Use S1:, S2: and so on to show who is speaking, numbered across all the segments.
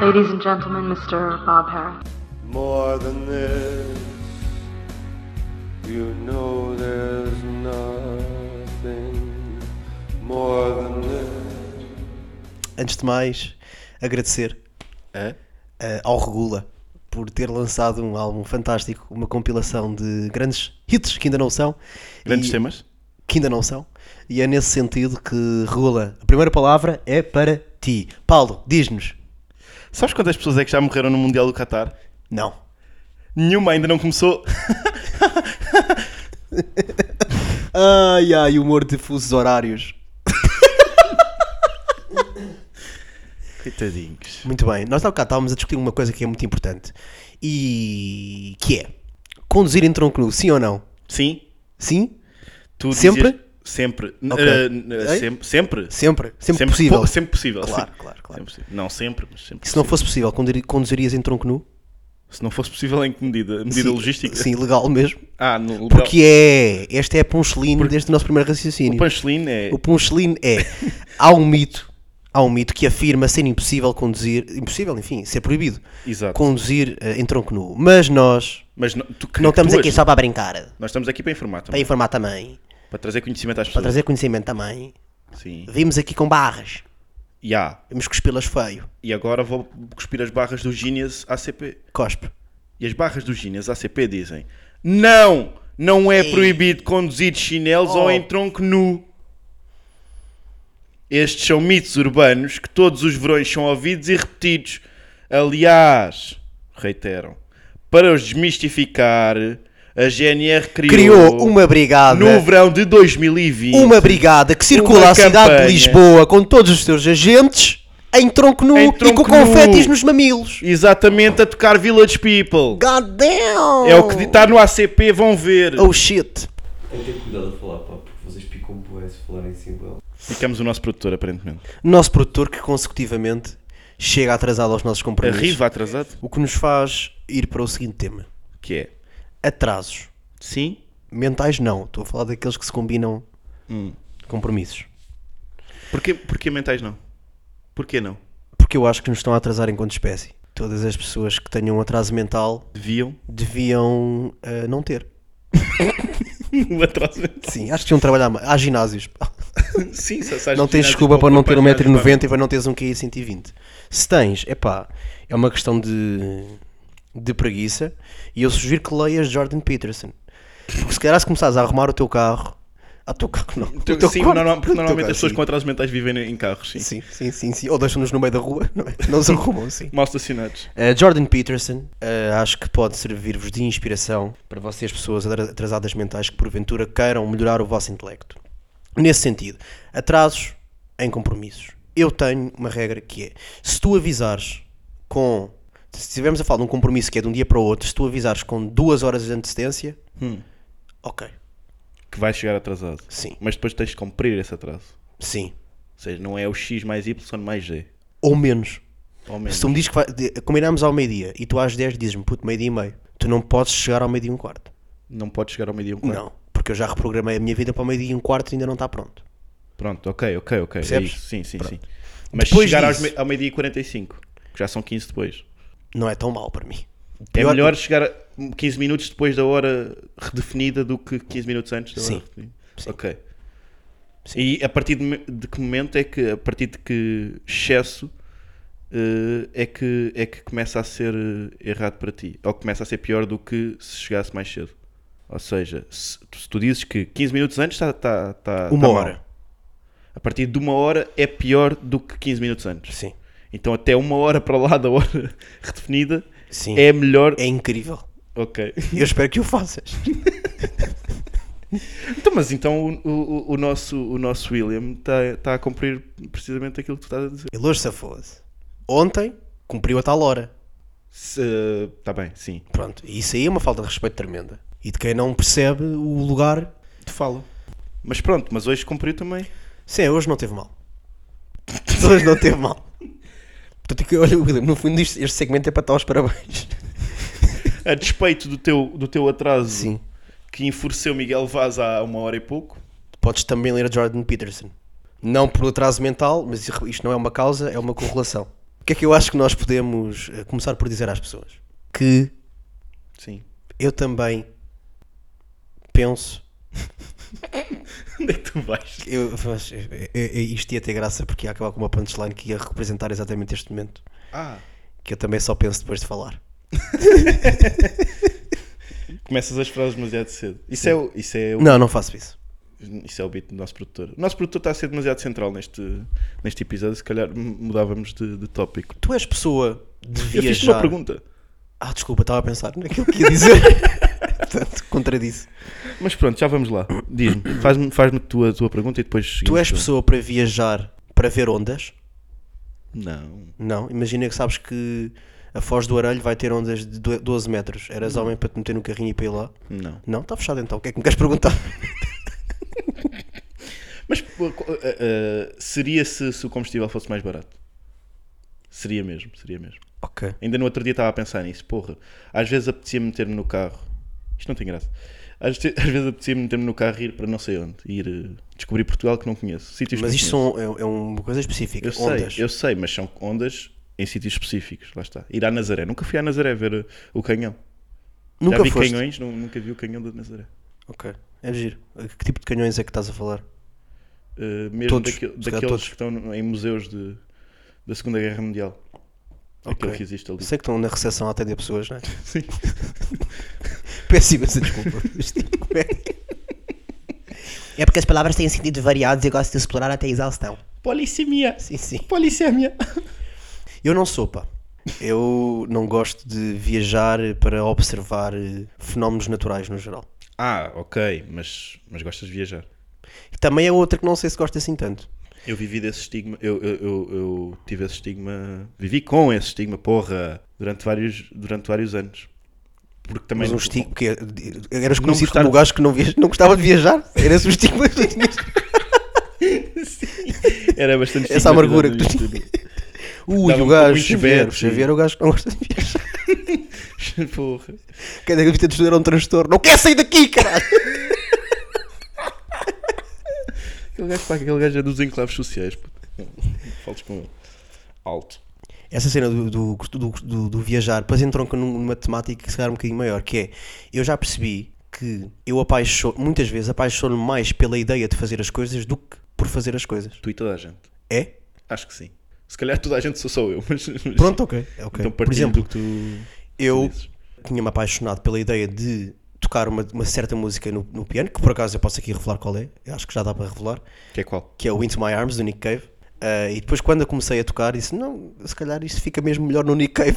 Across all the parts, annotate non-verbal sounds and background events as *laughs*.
S1: Ladies and gentlemen, Mr. Bob Harris.
S2: More than this, you know there's nothing more than this.
S3: Antes de mais, agradecer
S2: É?
S3: eh, ao Regula por ter lançado um álbum fantástico, uma compilação de grandes hits que ainda não são.
S4: Grandes
S3: e-
S4: temas.
S3: Que ainda não são. E é nesse sentido que Regula, a primeira palavra é para ti. Paulo, diz-nos.
S4: Sabes quantas pessoas é que já morreram no Mundial do Qatar?
S3: Não.
S4: Nenhuma ainda não começou.
S3: Ai ai, humor de fusos horários.
S4: Coitadinhos.
S3: Muito bem, nós há bocado estávamos a discutir uma coisa que é muito importante. E que é conduzir em tronco nu, sim ou não?
S4: Sim.
S3: Sim?
S4: Tu
S3: Sempre?
S4: dizias- sempre. N-
S3: Ok.
S4: eh, n- eh,
S3: Ei?
S4: sem- sempre.
S3: Sempre, sempre,
S4: Sempre
S3: possível.
S4: po- Sempre possível.
S3: Claro,
S4: sim.
S3: claro, claro.
S4: Sempre possível. Não sempre, mas sempre.
S3: Se não fosse possível, conduzir- conduzirias em tronco nu?
S4: Se não fosse possível, em que medida? Medida
S3: Sim,
S4: logística?
S3: Sim, legal mesmo.
S4: Ah, no
S3: Porque é, esta é a punchline desde o nosso primeiro raciocínio.
S4: O punchline é.
S3: O punchline
S4: *laughs*
S3: é, há um mito, há um mito que afirma ser impossível conduzir, impossível, enfim, ser proibido,
S4: Exato.
S3: conduzir eh, em tronco nu. Mas nós,
S4: Mas não, tu, que
S3: que não estamos
S4: atuas,
S3: aqui só para brincar,
S4: Nós estamos aqui para informar
S3: para
S4: também. é?
S3: informar também,
S4: Para trazer conhecimento às
S3: para
S4: pessoas.
S3: trazer conhecimento também,
S4: Sim.
S3: vimos aqui com barras,
S4: Ya.
S3: vimos cuspê-las feio,
S4: E agora vou cuspir as barras do Genius ACP.
S3: cospe.
S4: E as barras do Genius ACP dizem: Não! Não é proibido conduzir de chinelos
S3: Oh.
S4: ou em tronco nu. Estes são mitos urbanos que todos os verões são ouvidos e repetidos. Aliás, reiteram, para os desmistificar, a GNR criou,
S3: Criou uma brigada,
S4: no verão de 2020
S3: uma brigada que circula
S4: uma
S3: a cidade
S4: campanha.
S3: de Lisboa com todos os seus agentes em tronco nu
S4: Em
S3: e com
S4: tronco nu.
S3: confetes nos mamilos.
S4: exatamente a tocar Village People.
S3: God damn!
S4: É o que está no ACP, vão ver.
S3: Oh shit!
S5: Tem que ter cuidado a falar, pá, porque vocês picam bué se falarem sem ela.
S4: Ficamos o nosso produtor, aparentemente.
S3: Nosso produtor que consecutivamente chega atrasado aos nossos compromissos.
S4: Arriva atrasado?
S3: O que nos faz ir para o seguinte tema:
S4: Que é?
S3: atrasos.
S4: Sim.
S3: Mentais não, estou a falar daqueles que se combinam
S4: Hum.
S3: compromissos.
S4: Porquê, porquê mentais não? Porquê não?
S3: Porque eu acho que nos estão a atrasar enquanto espécie. Todas as pessoas que tenham um atraso mental
S4: *laughs* Deviam
S3: deviam ah, não ter.
S4: o Um atraso mental.
S3: Sim, acho que deviam trabalhar mais. Há
S4: *laughs*
S3: ginásios.
S4: Sim, só sais
S3: Não
S4: de
S3: tens
S4: ginásio
S3: desculpa
S4: com-
S3: para não
S4: com
S3: ter
S4: páginas de
S3: 1,90m e para não teres um QI 120. Se tens, é pá, é uma questão de, de preguiça. E eu sugiro que leias Jordan Peterson. Porque se calhar se começares a arrumar o teu carro. Ah, o teu carro não.
S4: Sim,
S3: o teu
S4: sim,
S3: quarto.
S4: normal- porque
S3: O teu
S4: normalmente
S3: carro,
S4: as pessoas
S3: sim.
S4: com atrasos mentais vivem em carros, sim.
S3: Sim, sim, sim, sim. Ou deixam-nos no meio da rua, não é?
S4: *laughs*
S3: Não se arrumam, sim.
S4: Mal estacionados.
S3: Uh, Jordan Peterson, uh, acho que pode servir-vos de inspiração para vocês, pessoas atra- atrasadas mentais, que porventura queiram melhorar o vosso intelecto. Nesse sentido, atrasos em compromissos. Eu tenho uma regra que é: se tu avisares com. Se estivermos a falar de um compromisso que é de um dia para o outro, se tu avisares com duas horas de antecedência, ok,
S4: Que vais chegar atrasado.
S3: Sim.
S4: Mas depois tens de cumprir esse atraso.
S3: sim.
S4: Ou seja, não é o X mais Y mais Z.
S3: Ou menos.
S4: Ao menos.
S3: Se tu me dizes que vai, de- combinámos ao meio-dia e tu às 10 dizes-me, puto, meio-dia e meio, tu não podes chegar ao meio-dia e um quarto.
S4: Não podes chegar ao meio-dia e um quarto.
S3: Não, porque eu já reprogramei a minha vida para o meio-dia e um quarto e ainda não está pronto.
S4: Pronto, ok, ok, ok. É
S3: Percebes?
S4: isso. Sim, sim, sim. Mas
S3: Depois
S4: chegar aos
S3: disso-
S4: me- ao meio-dia e 45, que já são 15 depois.
S3: Não é tão mal para mim.
S4: É
S3: Pior-
S4: melhor chegar a 15 minutos depois da hora redefinida do que 15 minutos antes da
S3: Sim.
S4: hora redefinida.
S3: Sim.
S4: Ok.
S3: Sim.
S4: E a partir de, me- de que momento é que, a partir de que excesso eh, é, que, é que começa a ser eh, errado para ti? Ou começa a ser pior do que se chegasse mais cedo? Ou seja, se, se tu dizes que 15 minutos antes está. Tá, tá,
S3: Uma
S4: tá mal.
S3: hora.
S4: A partir de uma hora é pior do que 15 minutos antes.
S3: Sim.
S4: Então, até uma hora para lá da hora *laughs* redefinida
S3: Sim.
S4: é melhor.
S3: É incrível.
S4: Ok.
S3: E Eu espero que o faças.
S4: *laughs* Então, mas então o, o- o nosso, o nosso William está tá a cumprir precisamente aquilo que tu estás a dizer.
S3: Ele hoje safou-se. Ontem cumpriu a tal hora.
S4: Está tá bem, sim.
S3: Pronto. E isso aí é uma falta de respeito tremenda. E de quem não percebe o lugar.
S4: Te falo. Mas pronto, mas hoje cumpriu também.
S3: Sim, hoje não teve mal. hoje não teve *laughs* mal. Portanto, que- tipo, olha, William, no fundo, isto- este segmento é para estar aos parabéns.
S4: A despeito do teu, do teu atraso
S3: Sim.
S4: que enfureceu Miguel Vaz há uma hora e pouco.
S3: Podes também ler a Jordan Peterson. Não por atraso mental, mas isto não é uma causa, é uma correlação. O que é que eu acho que nós podemos eh, começar por dizer às pessoas? Que
S4: Sim.
S3: eu também penso
S4: *laughs* Onde é que tu vais?
S3: Eu, eh, mas, eu- eu- isto ia ter graça porque ia acabar com uma punchline que ia representar exatamente este momento.
S4: Ah.
S3: Que eu também só penso depois de falar.
S4: Começas as frases demasiado cedo. Isso é, o, isso, é o,
S3: Não, não faço isso.
S4: isso é o beat do nosso produtor. O nosso produtor está a ser demasiado central neste, neste episódio. Se calhar m- mudávamos de, de tópico.
S3: Tu és pessoa de
S4: Eu
S3: viajar.
S4: fiz-te uma pergunta.
S3: Ah, desculpa, estava a pensar naquilo que ia
S4: *laughs*
S3: dizer. Portanto, contradisse.
S4: Mas pronto, já vamos lá.
S3: *coughs*
S4: Diz-me, faz-me faz-me tu a tua pergunta e depois.
S3: Tu
S4: seguimos
S3: és
S4: com-
S3: pessoa para viajar para ver ondas?
S4: Não.
S3: Não. Imagina que sabes que a Foz do Arelho vai ter ondas de do- 12 metros. Eras homem para te meter no carrinho e para ir lá?
S4: Não.
S3: Não, está fechado então. O que é que me queres perguntar?
S4: Mas pô, co- ah, ah, seria se, se o combustível fosse mais barato? Seria mesmo, seria mesmo.
S3: Ok.
S4: Ainda no outro dia estava a pensar nisso, porra. Às vezes apetecia meter-me no carro. Isto não tem graça. Às, te- às vezes apetecia meter-me no carro e ir para não sei onde. Ir eh, descobrir Portugal que não conheço. Sítios que
S3: Mas
S4: não
S3: isto
S4: conheço.
S3: são, é, é uma coisa específica.
S4: Eu
S3: ondas.
S4: sei, eu sei, mas são ondas em sítios específicos. Lá está. Ir à Nazaré. Nunca fui à Nazaré ver eh, o canhão.
S3: Nunca
S4: Já vi
S3: foste.
S4: canhões, nu- nunca vi o canhão da Nazaré.
S3: Ok, é giro. Que tipo de canhões é que estás a falar?
S4: Eh, mesmo
S3: Todos,
S4: daquele-
S3: se calhar
S4: daqueles
S3: todos.
S4: que estão no- em museus de- da Segunda Guerra Mundial. Aquele
S3: Ok.
S4: É que existe ali.
S3: Sei que estão na recepção a atender pessoas,
S4: *laughs*
S3: não é? Sim. *laughs* Peço imensa desculpa. Mas, tipo, como é que-
S6: É porque as palavras têm sentidos variados e eu gosto de explorar até a exaustão.
S4: Polissemia!
S3: Sim,
S4: *laughs*
S3: sim.
S4: Polissemia!
S3: Eu não sou, pá. Eu não gosto de viajar para observar eh, fenómenos naturais no geral.
S4: Ah, ok, mas, mas gostas de viajar.
S3: E também é outra que não sei se gosto assim tanto.
S4: Eu vivi desse estigma, eu, eu, eu, eu tive esse estigma, vivi com esse estigma, porra, durante vários, durante vários anos. Porque também
S3: Mas um
S4: não-
S3: estigma. Porque eh, eras
S4: Não
S3: conhecido
S4: gostar-
S3: como o gajo que não, via... não gostava de viajar. Era esse o estigma que tu
S4: *laughs*
S3: tinhas.
S4: *laughs* era
S3: *laughs*
S4: bastante
S3: Essa amargura que tu
S4: estigmatizado
S3: Ui,
S4: Dava-me
S3: o
S4: com
S3: gajo.
S4: muitos
S3: Xavier,
S4: betos e-
S3: Xavier é o gajo que não gosta de viajar.
S4: isto. *laughs* Porra.
S3: Cada vez que te um transtorno, não quer sair daqui, caralho!
S4: Aquele gajo, pá, aquele gajo é dos enclaves sociais, puto. Fales com ele. Alto.
S3: Essa cena do, do, do, do- do viajar, depois entronca num- numa temática que se calhar um bocadinho maior, que é, eu já percebi que eu apaixono, muitas vezes apaixono mais pela ideia de fazer as coisas do que por fazer as coisas.
S4: Tu e toda a gente.
S3: É?
S4: Acho que sim. Se calhar toda a gente sou só eu, mas... mas-
S3: Pronto, ok. ok.
S4: Então
S3: por
S4: partilho
S3: exemplo,
S4: do que tu...
S3: eu
S4: dizes.
S3: tinha-me apaixonado pela ideia de tocar uma, uma certa música no, no piano, que por acaso eu posso aqui revelar qual é, eu acho que já dá para revelar,
S4: Que é qual?
S3: que é o Into My Arms do Nick Cave. Ah, e depois quando eu comecei a tocar disse, não, se calhar isto fica mesmo melhor no Nick Cave.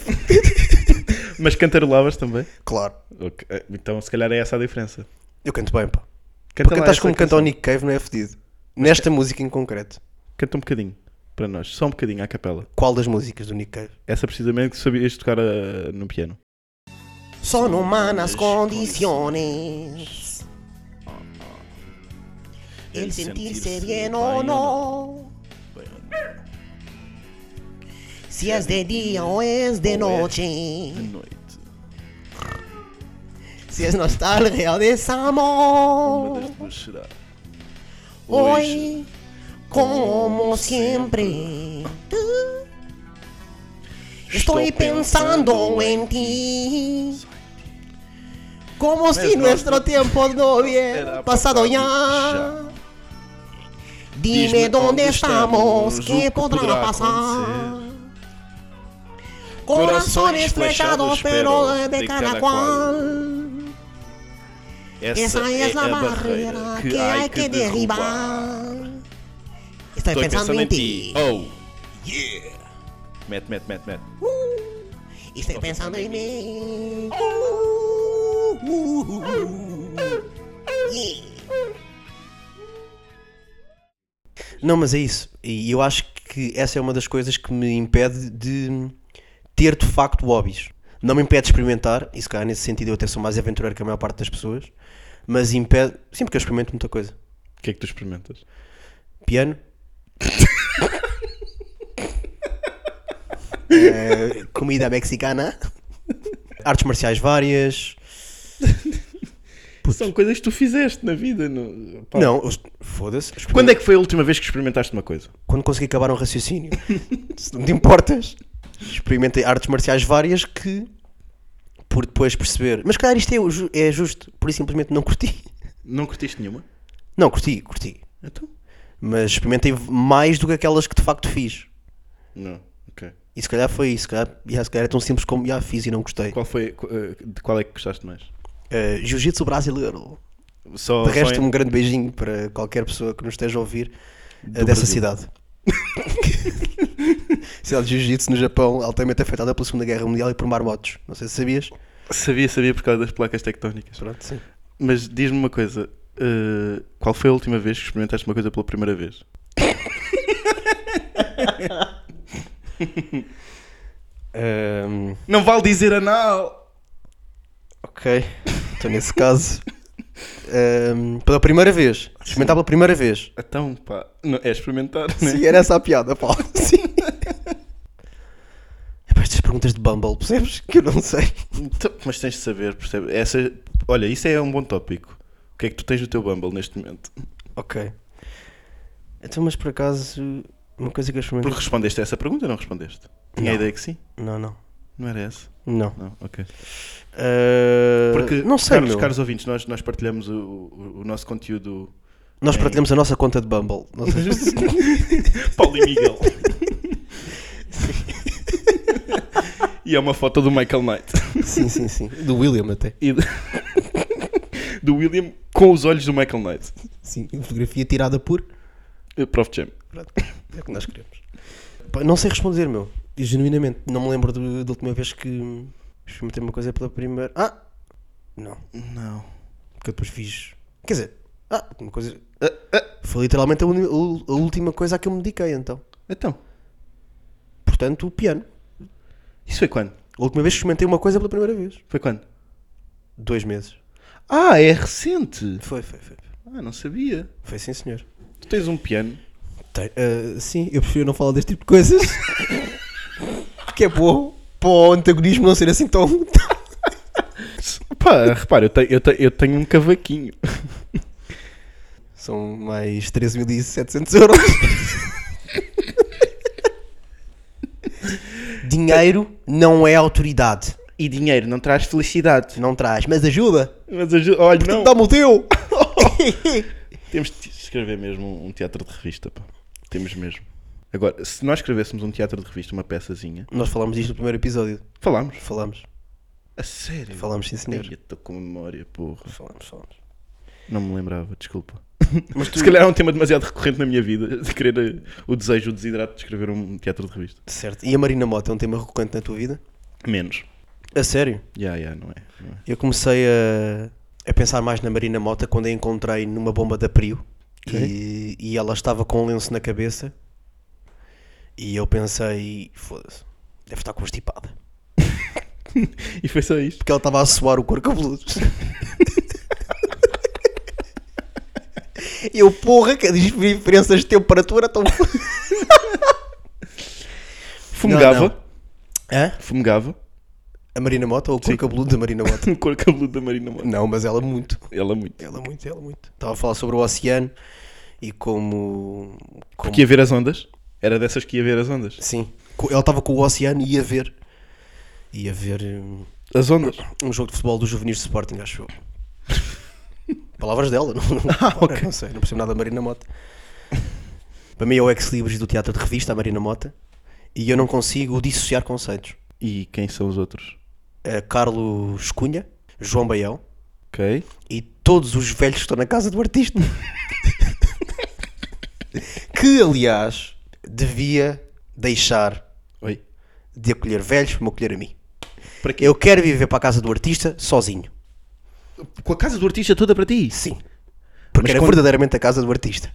S3: *laughs*
S4: Mas cantarolavas também?
S3: claro.
S4: Ok, Então se calhar é essa a diferença.
S3: Eu canto bem, pá.
S4: Canta
S3: Para
S4: lá
S3: cantares
S4: essa
S3: como canta
S4: canção.
S3: o Nick Cave não é fedido. Nesta música em concreto.
S4: Canta um bocadinho para nós, só um bocadinho à capela.
S3: Qual das músicas do Nick Cave?
S4: Essa precisamente que sabias tocar ah, no piano.
S6: Só no manas condiciones. El sentirse bien o no. Si es de día o es de noche.
S4: Noite.
S6: Si es nostalgia o desamor.
S4: será?
S6: Hoy, como siempre, estoy pensando en ti. assim, Como si nuestro tiempo no hubiera pasado ya. Dime dónde estamos, qué podrá pasar. Corazones flechados, pero de cada cual. Esa
S4: é
S3: é
S6: es la barrera é que hay que derribar. Estoy pensando en ti.
S4: Oh, yeah! Mete, mete, mete, mete.
S6: Estoy pensando en mí.
S3: Uh, Não, mas é isso. E eu acho que essa é uma das coisas que me impede de ter de facto hobbies. Não me impede de experimentar, e se calhar nesse sentido eu até sou mais aventureiro que a maior parte das pessoas, mas impede. Sim, porque eu experimento muita coisa.
S4: O que é que tu experimentas?
S3: Piano. Eh, comida mexicana. Artes marciais várias.
S4: São coisas que tu fizeste na vida. No... pá.
S3: Não, eu- foda-se.
S4: Quando é que foi a última vez que experimentaste uma coisa?
S3: *laughs* quando consegui acabar um raciocínio. Se não te importas. experimentei artes marciais várias que, por depois perceber, mas calhar isto é, ju- é justo, por isso simplesmente não curti.
S4: Não curtiste nenhuma?
S3: Não, curti, curti.
S4: Então?
S3: Mas experimentei mais do que aquelas que de facto fiz.
S4: Não, ok.
S3: E se calhar foi isso, se calhar, yeah, se calhar é tão simples como já fiz e não gostei.
S4: Qual foi, qu- eh, de qual é que gostaste mais?
S3: Eh, Jiu-Jitsu brasileiro.
S4: Só,
S3: De
S4: só
S3: resto,
S4: em-
S3: um grande beijinho para qualquer pessoa que nos esteja a ouvir eh, dessa
S4: Brasil.
S3: cidade. *laughs* cidade de Jiu-Jitsu no Japão, altamente afetada pela Segunda Guerra Mundial e por marmotos. Não sei se sabias.
S4: um- Sabia, sabia por causa das placas tectónicas.
S3: Pronto, sim.
S4: Mas diz-me uma coisa. eh, qual foi a última vez que experimentaste uma coisa pela primeira vez?
S3: Ahm,
S4: Não vale dizer anal!
S3: ok, então nesse caso, ahm, pela primeira vez, experimentar pela primeira vez.
S4: Então, pá, não, é experimentar, né?
S3: Sim, era essa a piada, Paulo. Sim. Epá, estas perguntas de Bumble, percebes? Que eu não sei.
S4: Então, mas tens de saber, percebe? Essa, olha, isso é um bom tópico. O que é que tu tens no teu Bumble neste momento?
S3: Ok. Então, mas por acaso, uma coisa que eu experimentei.
S4: Porque respondeste a essa pergunta ou não respondeste? Tinha a
S3: Não.
S4: ideia que sim?
S3: Não, não.
S4: Não era essa?
S3: Não.
S4: Não, ok.
S3: Ah,
S4: Porque,
S3: não sei,
S4: caros,
S3: meu.
S4: caros ouvintes, nós, nós partilhamos o, o- o nosso conteúdo.
S3: Nós partilhamos a nossa conta de Bumble. Nós- *laughs*
S4: Paulo e Miguel. *laughs* e é uma foto do Michael Knight.
S3: sim, sim, sim. Do William até.
S4: E do- *laughs* do William com os olhos do Michael Knight.
S3: Sim, fotografia tirada por.
S4: Eh, Prof. Jam.
S3: É o que nós queremos. Pá, Não sei responder, meu. Eu, Genuinamente, não me lembro do- da última vez que experimentei uma coisa pela primeira. Ah! Não,
S4: Não.
S3: porque eu depois fiz. Quer dizer, ah, uma coisa. ah, ah, Foi literalmente a, uni- a última coisa a que eu me dediquei, então.
S4: Então,
S3: Portanto, o piano.
S4: isso foi quando?
S3: A última vez que experimentei uma coisa pela primeira vez.
S4: Foi quando?
S3: Dois meses.
S4: Ah, é recente.
S3: Foi, foi, foi.
S4: Ah, não sabia.
S3: Foi sim, senhor.
S4: Tu tens um piano.
S3: Tem- ah, sim, eu prefiro não falar deste tipo de coisas. *laughs* que é bom para o antagonismo não ser assim tão.
S4: Pá, repara, eu, te- eu te- eu tenho um cavaquinho.
S3: São mais 13.700 euros. *laughs* Dinheiro não é autoridade.
S4: E dinheiro não traz felicidade.
S3: Não traz, mas ajuda.
S4: Mas ajuda. Olha, não.
S3: Dá-me o teu.
S4: Temos de escrever mesmo um teatro de revista, pá. Temos mesmo. Agora, se nós escrevêssemos um teatro de revista, uma peçazinha,
S3: Nós falámos disto no primeiro episódio.
S4: falámos.
S3: Falámos.
S4: A sério?
S3: Falámos, sim, senhor.
S4: Ai, eu estou com memória, porra.
S3: Falámos, falámos.
S4: Não me lembrava, *laughs* desculpa. Se calhar é um tema demasiado recorrente na minha vida, de querer eh, o desejo, o desidrato de escrever um teatro de revista.
S3: Certo. E a Marina Mota é um tema recorrente na tua vida?
S4: Menos.
S3: A sério?
S4: Ya, ya, não, é, não é.
S3: Eu comecei a, a pensar mais na Marina Mota quando a encontrei numa bomba da Prio e, e ela estava com um lenço na cabeça e eu pensei, foda-se, deve estar constipada.
S4: E foi só isto.
S3: Porque ela estava a suar o corpo cabeludo. *laughs* eu, porra, que diferenças de temperatura *laughs* tão...
S4: Fumegava.
S3: Não, não. Hã?
S4: Fumegava. *laughs*
S3: A Marina Mota ou o corpo cabeludo da Marina Mota?
S4: No cor cabeludo da Marina Monte.
S3: Não, mas ela muito.
S4: Ela muito.
S3: Ela muito, ela muito. Estava a falar sobre o oceano e como. como
S4: Porque ia ver as ondas. Era dessas que ia ver as ondas.
S3: Sim. Co- Ela estava com o oceano e ia ver. Ia ver hum,
S4: As ondas.
S3: um jogo de futebol dos juvenis de Sporting, acho *laughs* eu. Palavras dela, não, não, ah, não sei, não percebo nada da Marina Mota. Para mim é o ex-libris do teatro de revista, a Marina Mota, e eu não consigo dissociar conceitos.
S4: E quem são os outros?
S3: É Carlos Cunha, João Baião
S4: Ok.
S3: e todos os velhos que estão na casa do artista. *laughs* que, aliás, devia deixar
S4: Oi.
S3: de acolher velhos para me acolher a mim.
S4: Para quê?
S3: Eu quero viver para a casa do artista sozinho.
S4: Com a casa do artista toda para ti?
S3: Sim. Porque
S4: Mas
S3: era
S4: quando-
S3: verdadeiramente a casa do artista.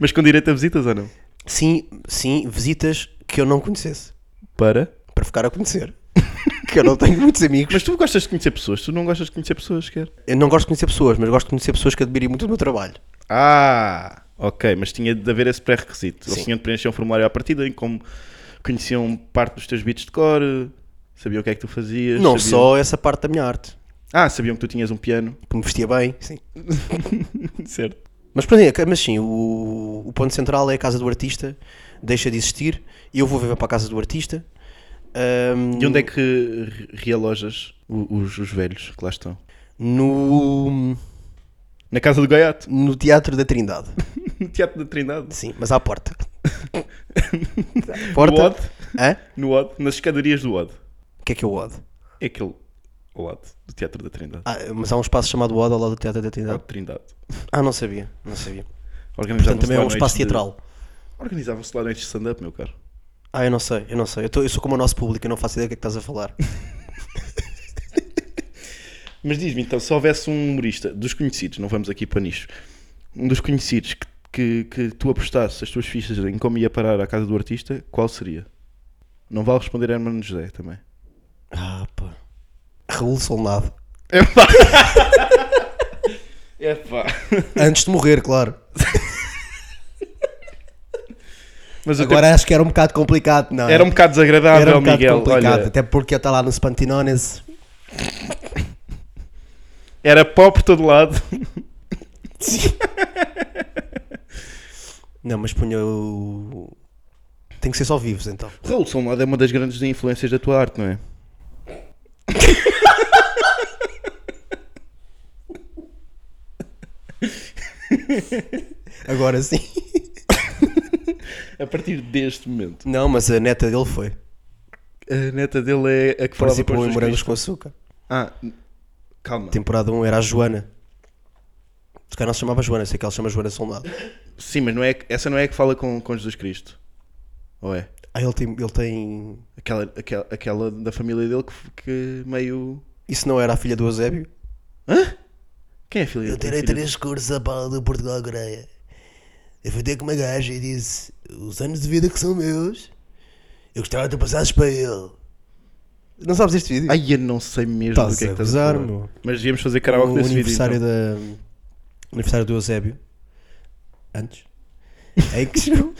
S4: Mas com direito a visitas ou não?
S3: Sim, sim, visitas que eu não conhecesse.
S4: Para.
S3: Para ficar a conhecer. *laughs* que eu não tenho muitos amigos.
S4: Mas tu gostas de conhecer pessoas, tu não gostas de conhecer pessoas, quer?
S3: Eu não gosto de conhecer pessoas, mas gosto de conhecer pessoas que admirem muito o meu trabalho.
S4: Ah! Ok, mas tinha de haver esse pré-requisito. Eles
S3: Sim.
S4: tinham de preencher um formulário à partida em como conheciam parte dos teus beats de cor, sabiam o que é que tu fazias.
S3: não
S4: sabiam-
S3: só essa parte da minha arte.
S4: Ah, sabiam que tu tinhas um piano.
S3: Que me vestia bem. Sim.
S4: *laughs* certo.
S3: Mas, pronto, é- mas sim, o, o ponto central é a casa do artista. Deixa de existir. Eu vou viver para a casa do artista. Ahm,
S4: E onde é que re- realojas o- os, os velhos que lá estão?
S3: No,
S4: Na casa do Gaiato, *laughs*
S3: no Teatro da Trindade.
S4: no Teatro da Trindade.
S3: Sim, mas à *laughs* porta. porta?
S4: No Ode,
S3: Hã?
S4: no Ode, nas escadarias do Ode.
S3: O que é que é o Ode?
S4: É aquele Ode do Teatro da Trindade.
S3: Ah, mas há um espaço chamado Ode ao lado do Teatro da
S4: Ode
S3: Trindade.
S4: É Trindade.
S3: Ah, não sabia, não sabia.
S4: Organizavam-se
S3: Portanto, também é
S4: lá
S3: um espaço
S4: noites de-
S3: teatral.
S4: Organizavam-se lá noites de stand-up, meu caro.
S3: Ah, eu não sei, eu não sei. Eu, tô- eu sou como o nosso público, eu não faço ideia do que é que estás a falar.
S4: Mas diz-me então, se houvesse um humorista dos conhecidos, não vamos aqui para nicho, um dos conhecidos que, que, que tu apostasses as tuas fichas em como ia parar à casa do artista, qual seria? Não vale responder Hermano José também.
S3: Ah, pá. *laughs* Raul Solnado.
S4: É pá.
S3: Antes de morrer, claro.
S4: Mas eu
S3: Agora acho que era um bocado complicado, não?
S4: tenho- era um bocado desagradável,
S3: Era um bocado
S4: Miguel.
S3: complicado,
S4: Olha,
S3: até porque ele está lá no Spantinones.
S4: era pó por todo lado. *laughs*
S3: Não, mas punha o. Tem que ser só vivos então.
S4: Raul Solnado é uma das grandes influências da tua arte, não é?
S3: Agora sim.
S4: A partir deste
S3: *laughs*
S4: momento.
S3: Não, mas a neta dele foi.
S4: A neta dele é a que falava com
S3: Participou
S4: os
S3: em
S4: Jesus
S3: Morangos
S4: Cristo.
S3: com Açúcar.
S4: Ah, calma.
S3: Temporada 1 era a Joana. Se calhar não se chamava Joana, sei que ela se chama Joana Soldado.
S4: Sim, mas não é, essa não é a que fala com, com Jesus Cristo. Ou é?
S3: Ah, ele tem, ele tem.
S4: Aquela, aquela, aquela da família dele que, f- que meio.
S3: Isso não era a filha do Eusébio?
S4: Quem é a filha
S7: Eu
S4: dele?
S7: tirei três cursos à pala do Portugal Coreia. Eu fui ter com uma gaja e disse: Os anos de vida que são meus, eu gostava de tu passares para ele.
S3: Não sabes este vídeo?
S4: Ai, eu não sei mesmo
S3: Estás
S4: do que é
S3: a
S4: que estás a
S3: gozar,
S4: falar.
S3: meu.
S4: Mas devíamos fazer karaoke
S3: o
S4: desse
S3: aniversário
S4: vídeo. então.
S3: da. Aniversário do Eusébio. Antes? Em
S4: *laughs*
S3: que chegou?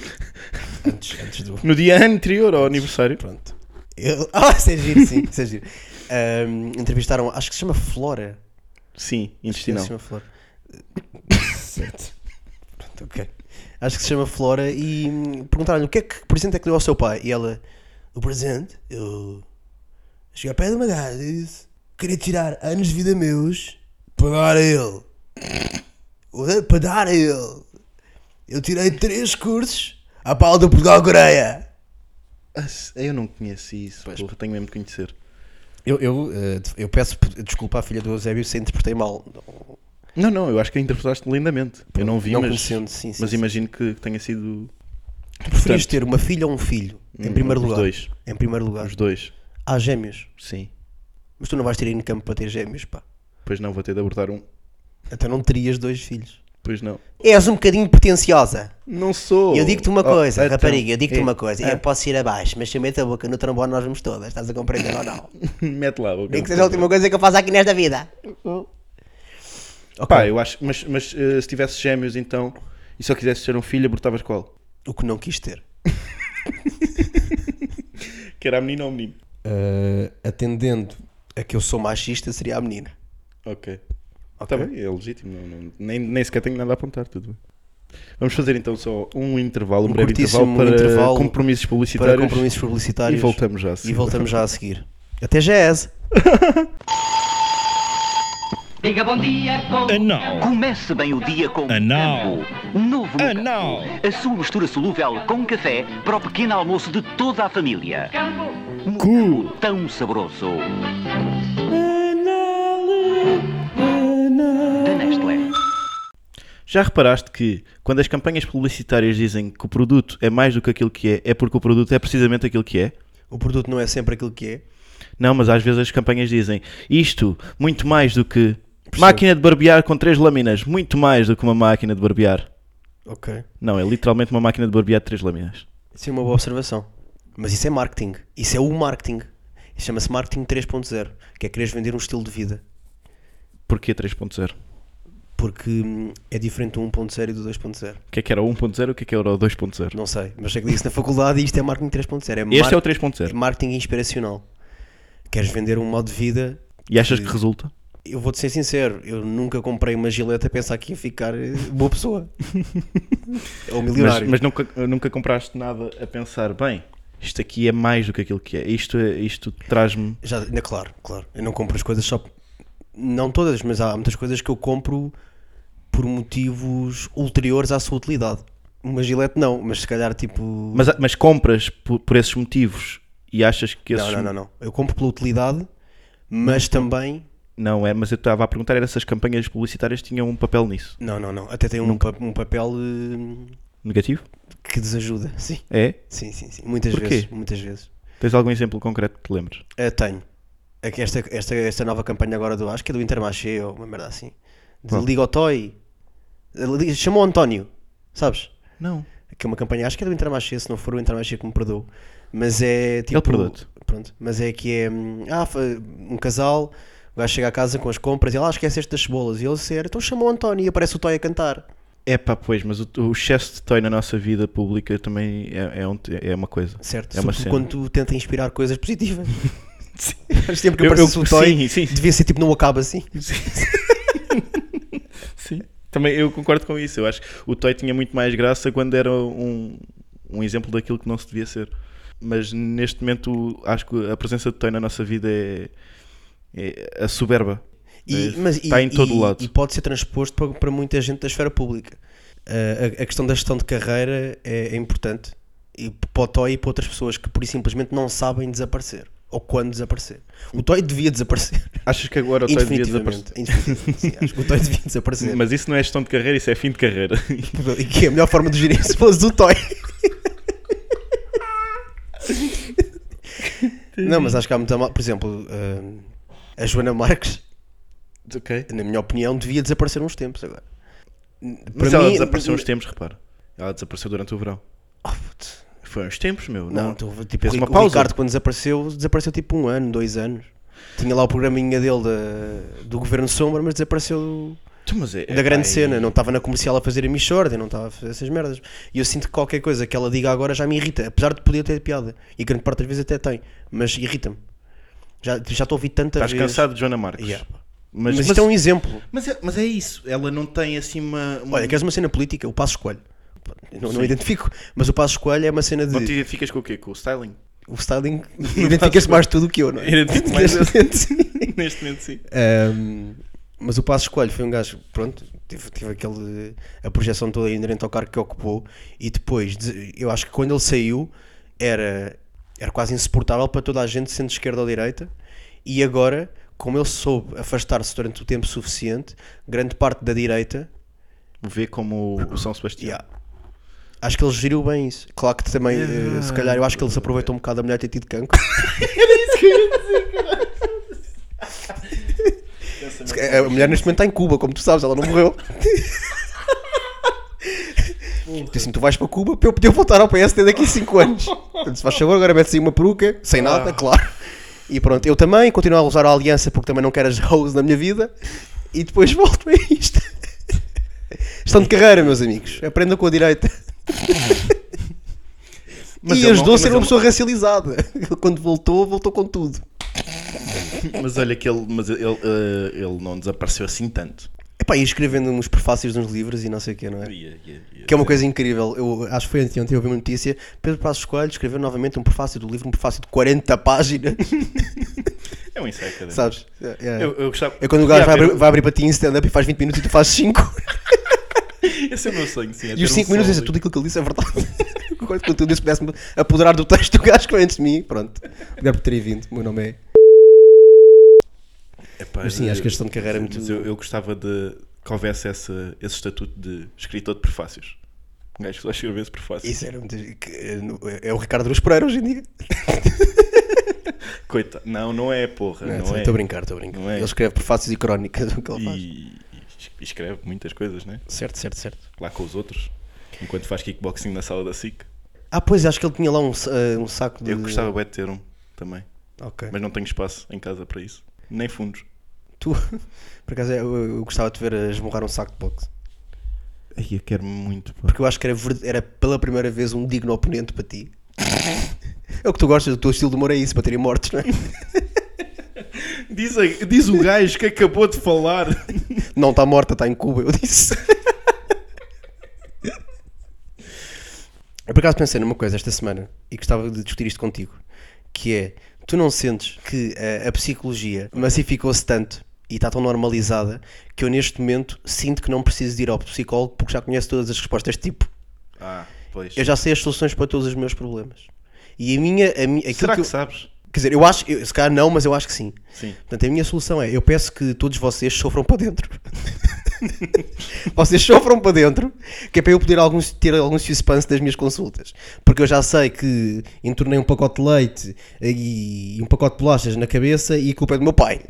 S3: antes, antes do.
S4: então. No dia anterior ao aniversário.
S3: Pronto. Eu... *laughs* Ah, isso é giro, sim, isso é giro. Ahm, entrevistaram, acho que se chama Flora.
S4: Sim,
S3: Acho que
S4: intestinal.
S3: se
S7: *laughs*
S3: chama Flora. certo. Pronto, ok. Acho que se chama Flora e hum, perguntaram-lhe o que é que presente é que deu ao seu pai. E ela,
S7: O presente, eu cheguei ao pé de uma gaja e disse: Queria tirar anos de vida meus para dar a ele. O de- Para dar a ele. Eu tirei três cursos à pala do Portugal Coreia.
S4: Ah, Eu não conheço isso. Porra, tenho mesmo de conhecer.
S3: eu, eu, eh, eu peço p- desculpa à filha do Eusébio se a interpretei mal.
S4: Não, não, eu acho que a interpretaste lindamente. Eu não vi,
S3: Não
S4: mas,
S3: conhecendo, sim, sim,
S4: mas
S3: sim.
S4: imagino que tenha sido
S3: Preferias ter uma filha ou um filho? Em primeiro
S4: os
S3: lugar.
S4: dois.
S3: Em primeiro lugar.
S4: os dois.
S3: Há gêmeos.
S4: Sim.
S3: Mas tu não vais ter ir no campo para ter gêmeos, pá.
S4: Pois não, vou ter de abortar um.
S3: Então não terias dois filhos.
S4: Pois não.
S3: És um bocadinho pretenciosa.
S4: Não sou.
S3: Eu digo-te uma
S4: Oh,
S3: coisa,
S4: então,
S3: rapariga, eu digo-te
S4: é,
S3: uma coisa.
S4: é.
S3: Eu posso ir abaixo, mas se eu meto a boca no trombone nós vamos todas. Estás a compreender ou não?
S4: Mete lá. vou
S3: Nem que seja a última coisa que eu faço aqui nesta vida. Ok.
S4: Pá, eu acho, mas, mas eh, se tivesse gêmeos então e só quisesse ser um filho, abortavas qual?
S3: O que não quis ter.
S4: Que era a menina ou o menino?
S3: Eh, atendendo a que eu sou machista, seria a menina.
S4: Ok. Está bem, é legítimo. não- não- nem, nem sequer tenho nada a apontar, tudo bem. Vamos fazer então só um intervalo, um,
S3: Um
S4: breve
S3: curtíssimo
S4: intervalo para
S3: intervalo
S4: compromissos
S3: Para
S4: publicitários.
S3: compromissos publicitários.
S4: E voltamos já a seguir.
S3: E voltamos *laughs* já a seguir. Até já é essa.
S8: Diga bom dia com...
S9: Anal.
S8: Comece bem o dia com...
S9: Anal.
S8: Campo. Novo Mucambo.
S9: Anal.
S8: A sua mistura solúvel com café para o pequeno almoço de toda a família. Mucambo. Tão saboroso. Anal. Da Nestlé.
S4: Já reparaste que quando as campanhas publicitárias dizem que o produto é mais do que aquilo que é, é porque o produto é precisamente aquilo que é?
S3: O produto não é sempre aquilo que é.
S4: Não, mas às vezes as campanhas dizem isto, muito mais do que máquina de barbear com três lâminas, muito mais do que uma máquina de barbear.
S3: Ok.
S4: Não, é literalmente uma máquina de barbear de três lâminas.
S3: Isso é uma boa observação. Mas isso é marketing. Isso é o marketing. Isso Chama-se marketing 3.0, que é quereres vender um estilo de vida.
S4: Porquê 3.0?
S3: Porque hum, é diferente do 1.0 e do 2.0.
S4: O que é que era o 1.0 o que é que era o 2.0?
S3: Não sei, mas sei que disse na faculdade e isto é marketing 3.0. É,
S4: Este é o
S3: mar- é
S4: 3.0.
S3: marketing inspiracional. Queres vender um modo de vida?
S4: E achas que resulta?
S3: Eu vou-te ser sincero, eu nunca comprei uma gileta a pensar que ia ficar eh, boa
S4: *laughs*
S3: pessoa. Ou
S4: Mas,
S3: milionário.
S4: mas nunca, nunca compraste nada a pensar, bem, isto aqui é mais do que aquilo que é. Isto, é- isto traz-me.
S3: Já, ainda claro, claro. Eu não compro as coisas só. Não todas, mas há muitas coisas que eu compro por motivos ulteriores à sua utilidade. Uma gilete não, mas se calhar tipo.
S4: Mas, mas compras por, por esses motivos e achas que esses.
S3: não, não, não, não. Eu compro pela utilidade, mas também.
S4: Não, é, mas eu estava a perguntar era se as campanhas publicitárias tinham um papel nisso.
S3: Não, não, não. Até tem um, pa- um papel hum,
S4: Negativo?
S3: que desajuda. Sim,
S4: É?
S3: sim, sim. sim. Muitas
S4: Porquê?
S3: vezes. Muitas vezes.
S4: Tens algum exemplo concreto que te lembres?
S3: Eh, tenho. É que Esta, esta, esta nova campanha agora do. Acho que é do Intermarché ou uma merda assim. De Liga ao Toy. Liga- Chamou o António, sabes?
S4: Não.
S3: que é uma campanha, acho que é do Intermarché, se não for o Intermarché que me perdoou, mas é tipo.
S4: perdoa-te.
S3: Pronto, mas é que é. hum, Ah, fa- um casal, o gajo chega a casa com as compras e ele, ah, esqueceste das cebolas. E ele disser, então chamou o António e aparece o Toy a cantar.
S4: É pá, pois, mas o, o excesso de toy na nossa vida pública também é, é, um te- é uma coisa.
S3: Certo?
S4: É uma
S3: Sobretudo
S4: cena.
S3: quando tu tenta inspirar coisas
S4: *laughs*
S3: positivas. Mas sempre que
S4: Eu-
S3: aparece
S4: eu-
S3: o Toy,
S4: sim, sim.
S3: devia ser tipo, não acaba assim.
S4: Sim. Também eu concordo com isso. Eu acho que o toy tinha muito mais graça quando era um, um exemplo daquilo que não se devia ser. Mas neste momento acho que a presença de toy na nossa vida é, é a soberba.
S3: E,
S4: É,
S3: mas,
S4: está
S3: e-
S4: em todo
S3: e-
S4: lado.
S3: E pode ser transposto para, para muita gente da esfera pública. Uh, a, a questão da gestão de carreira é, é importante. E para o Toy e para outras pessoas que por isso simplesmente não sabem desaparecer. Ou quando desaparecer. O Toy devia desaparecer.
S4: Achas que agora o toy devia desaparecer?
S3: Indefinitivamente. Indefinitivamente, sim, acho que o Toy devia desaparecer.
S4: Mas isso não é gestão de carreira, isso é fim de carreira.
S3: E que é a melhor forma de gerir isso fosse do Toy. não, mas acho que há muita mal. Por exemplo, uh, a Joana Marques.
S4: ok.
S3: na minha opinião, devia desaparecer uns tempos agora.
S4: Mas
S3: Para
S4: ela
S3: mim-
S4: desapareceu uns tempos, repara. Ela desapareceu durante o verão.
S3: Oh, puto.
S4: Foi uns tempos, meu.
S3: Não, tu- tipo,
S4: Fez
S3: o
S4: uma
S3: Ri- o
S4: pausa.
S3: Ricardo, quando desapareceu, desapareceu tipo um ano, dois anos. Tinha lá o programinha dele da- do Governo Sombra, mas desapareceu do-
S4: Tu, mas é-
S3: da grande
S4: epá,
S3: cena. Não estava na comercial a fazer a Michorda, não estava a fazer essas merdas. E eu sinto que qualquer coisa que ela diga agora já me irrita, apesar de poder ter piada. E grande parte das vezes até tem, mas irrita-me. Já já estou a ouvir tanta
S4: Estás
S3: vez.
S4: cansado de Joana Marques.
S3: Yeah. Mas,
S4: Mas, mas,
S3: isto é um exemplo.
S4: mas é, mas é isso. Ela não tem assim uma. uma-
S3: Olha, queres uma cena política? O Passo Escolho. Não, não identifico, mas o Passo Escolho é uma cena de.
S4: Não te identificas com o quê? Com o
S3: *laughs*
S4: styling?
S3: O
S4: *laughs*
S3: Stalin identificas mais tudo que eu, não é?
S4: Identifico
S3: *laughs*
S4: mais
S3: Neste momento, sim.
S4: Neste momento, sim.
S3: Ahm, mas o Passo Escolho foi um gajo, pronto, teve, teve aquele, a projeção toda inerente ao cargo que ocupou e depois, de- eu acho que quando ele saiu era, era quase insuportável para toda a gente, sendo esquerda ou direita, e agora, como ele soube afastar-se durante o tempo suficiente, grande parte da direita
S4: Vê como o- o São Sebastião.
S3: Yeah. Acho que ele geriu bem isso. Claro que também, eh, se calhar, eu acho que ele se aproveitou um bocado da mulher ter tido cancro. Se ca- A mulher neste momento está em Cuba, como tu sabes, ela não morreu. Então, assim, tu vais para Cuba para eu poder voltar ao PSD daqui a 5 anos. Portanto, se faz favor, agora metes aí uma peruca, sem nada, claro. E pronto, eu também continuo a usar a aliança porque também não quero as hoes na minha vida. E depois volto a isto. Estão de carreira, meus amigos. Aprendam com a direita.
S4: Mas
S3: e
S4: ele
S3: ajudou
S4: não-
S3: a ser
S4: mas
S3: uma
S4: ele-
S3: pessoa racializada. *laughs* Ele, Quando voltou, voltou com tudo.
S4: Mas olha que ele, mas ele, eh, ele não desapareceu assim tanto.
S3: Epá, e escrevendo uns prefácios nos livros e não sei o quê, não é?
S4: Yeah, yeah, yeah.
S3: Que é uma coisa incrível. Eu acho que foi anteontem eu ouvi uma notícia. Pedro Passos Coelho escreveu novamente um prefácio do livro, um prefácio de 40 páginas, *laughs*
S4: É um ensaio académico.
S3: sabes? É, é.
S4: Eu, eu gostava.
S3: É quando o gajo
S4: Ia
S3: vai
S4: haver-
S3: abrir, vai abrir para ti em stand-up e faz 20 minutos e tu fazes
S4: *laughs*
S3: 5.
S4: Esse é o meu sonho, sim. é
S3: E os
S4: ter um
S3: 5 minutos dizem
S4: solo.
S3: tudo aquilo que ele disse é verdade. *laughs* Concordo com tudo. E Se pudesse-me apoderar do texto do gajo que vem antes de mim, pronto. Obrigado por terem vindo. O meu nome é.
S4: Epá, eh,
S3: Mas sim,
S4: eu-
S3: acho que a gestão de carreira é
S4: mas
S3: muito-
S4: Eu, eu gostava de que houvesse essa, esse estatuto de escritor de prefácios. Um gajo que só escrevesse prefácios.
S3: Isso era muito... que, eh, no- É o Ricardo Luz Pereira hoje em dia.
S4: Coitado. Não, não é, porra. Não,
S3: Estou
S4: é.
S3: a brincar, estou a brincar.
S4: Não é.
S3: Ele escreve prefácios e crónicas, *laughs* o que ele faz.
S4: E, e escreve muitas coisas, né?
S3: Certo, certo, certo.
S4: Lá com os outros. Enquanto faz kickboxing na sala da SIC.
S3: Ah, pois, acho que ele tinha lá um, sa- eh, um saco de. É.
S4: Eu gostava bué de ter um também.
S3: Ok.
S4: Mas não tenho espaço em casa para isso. Nem fundos.
S3: Tu, *laughs* por acaso, é, eu, eu gostava de te ver a esmurrar um saco de boxe.
S4: Ai, eu quero muito, pá.
S3: Porque eu acho que era, verd- era pela primeira vez um digno oponente para ti. *laughs* É o que tu gostas, o teu estilo de humor é isso, baterem mortos, não é?
S4: *laughs* Diz, a- diz o gajo que acabou
S3: *laughs*
S4: de falar.
S3: Não está morta, tá está em Cuba, eu disse. Eu, Por acaso pensei numa coisa esta semana e gostava de discutir isto contigo, que é, tu não sentes que eh, a, psicologia massificou-se tanto e está tão normalizada que eu neste momento sinto que não preciso de ir ao psicólogo porque já conheço todas as respostas tipo,
S4: Ah, pois.
S3: eu já sei as soluções para todos os meus problemas. E a minha, a minha aquilo
S4: Será que,
S3: eu-
S4: sabes?
S3: Quer dizer, eu acho, eu, se calhar não, mas eu acho que sim.
S4: Sim.
S3: Portanto, a minha solução é: eu peço que todos vocês sofram para dentro. *laughs* vocês sofram para dentro, que é para eu poder alguns, ter alguns suspense das minhas consultas. Porque eu já sei que entornei um pacote de leite e um pacote de bolachas na cabeça e a culpa é do meu pai.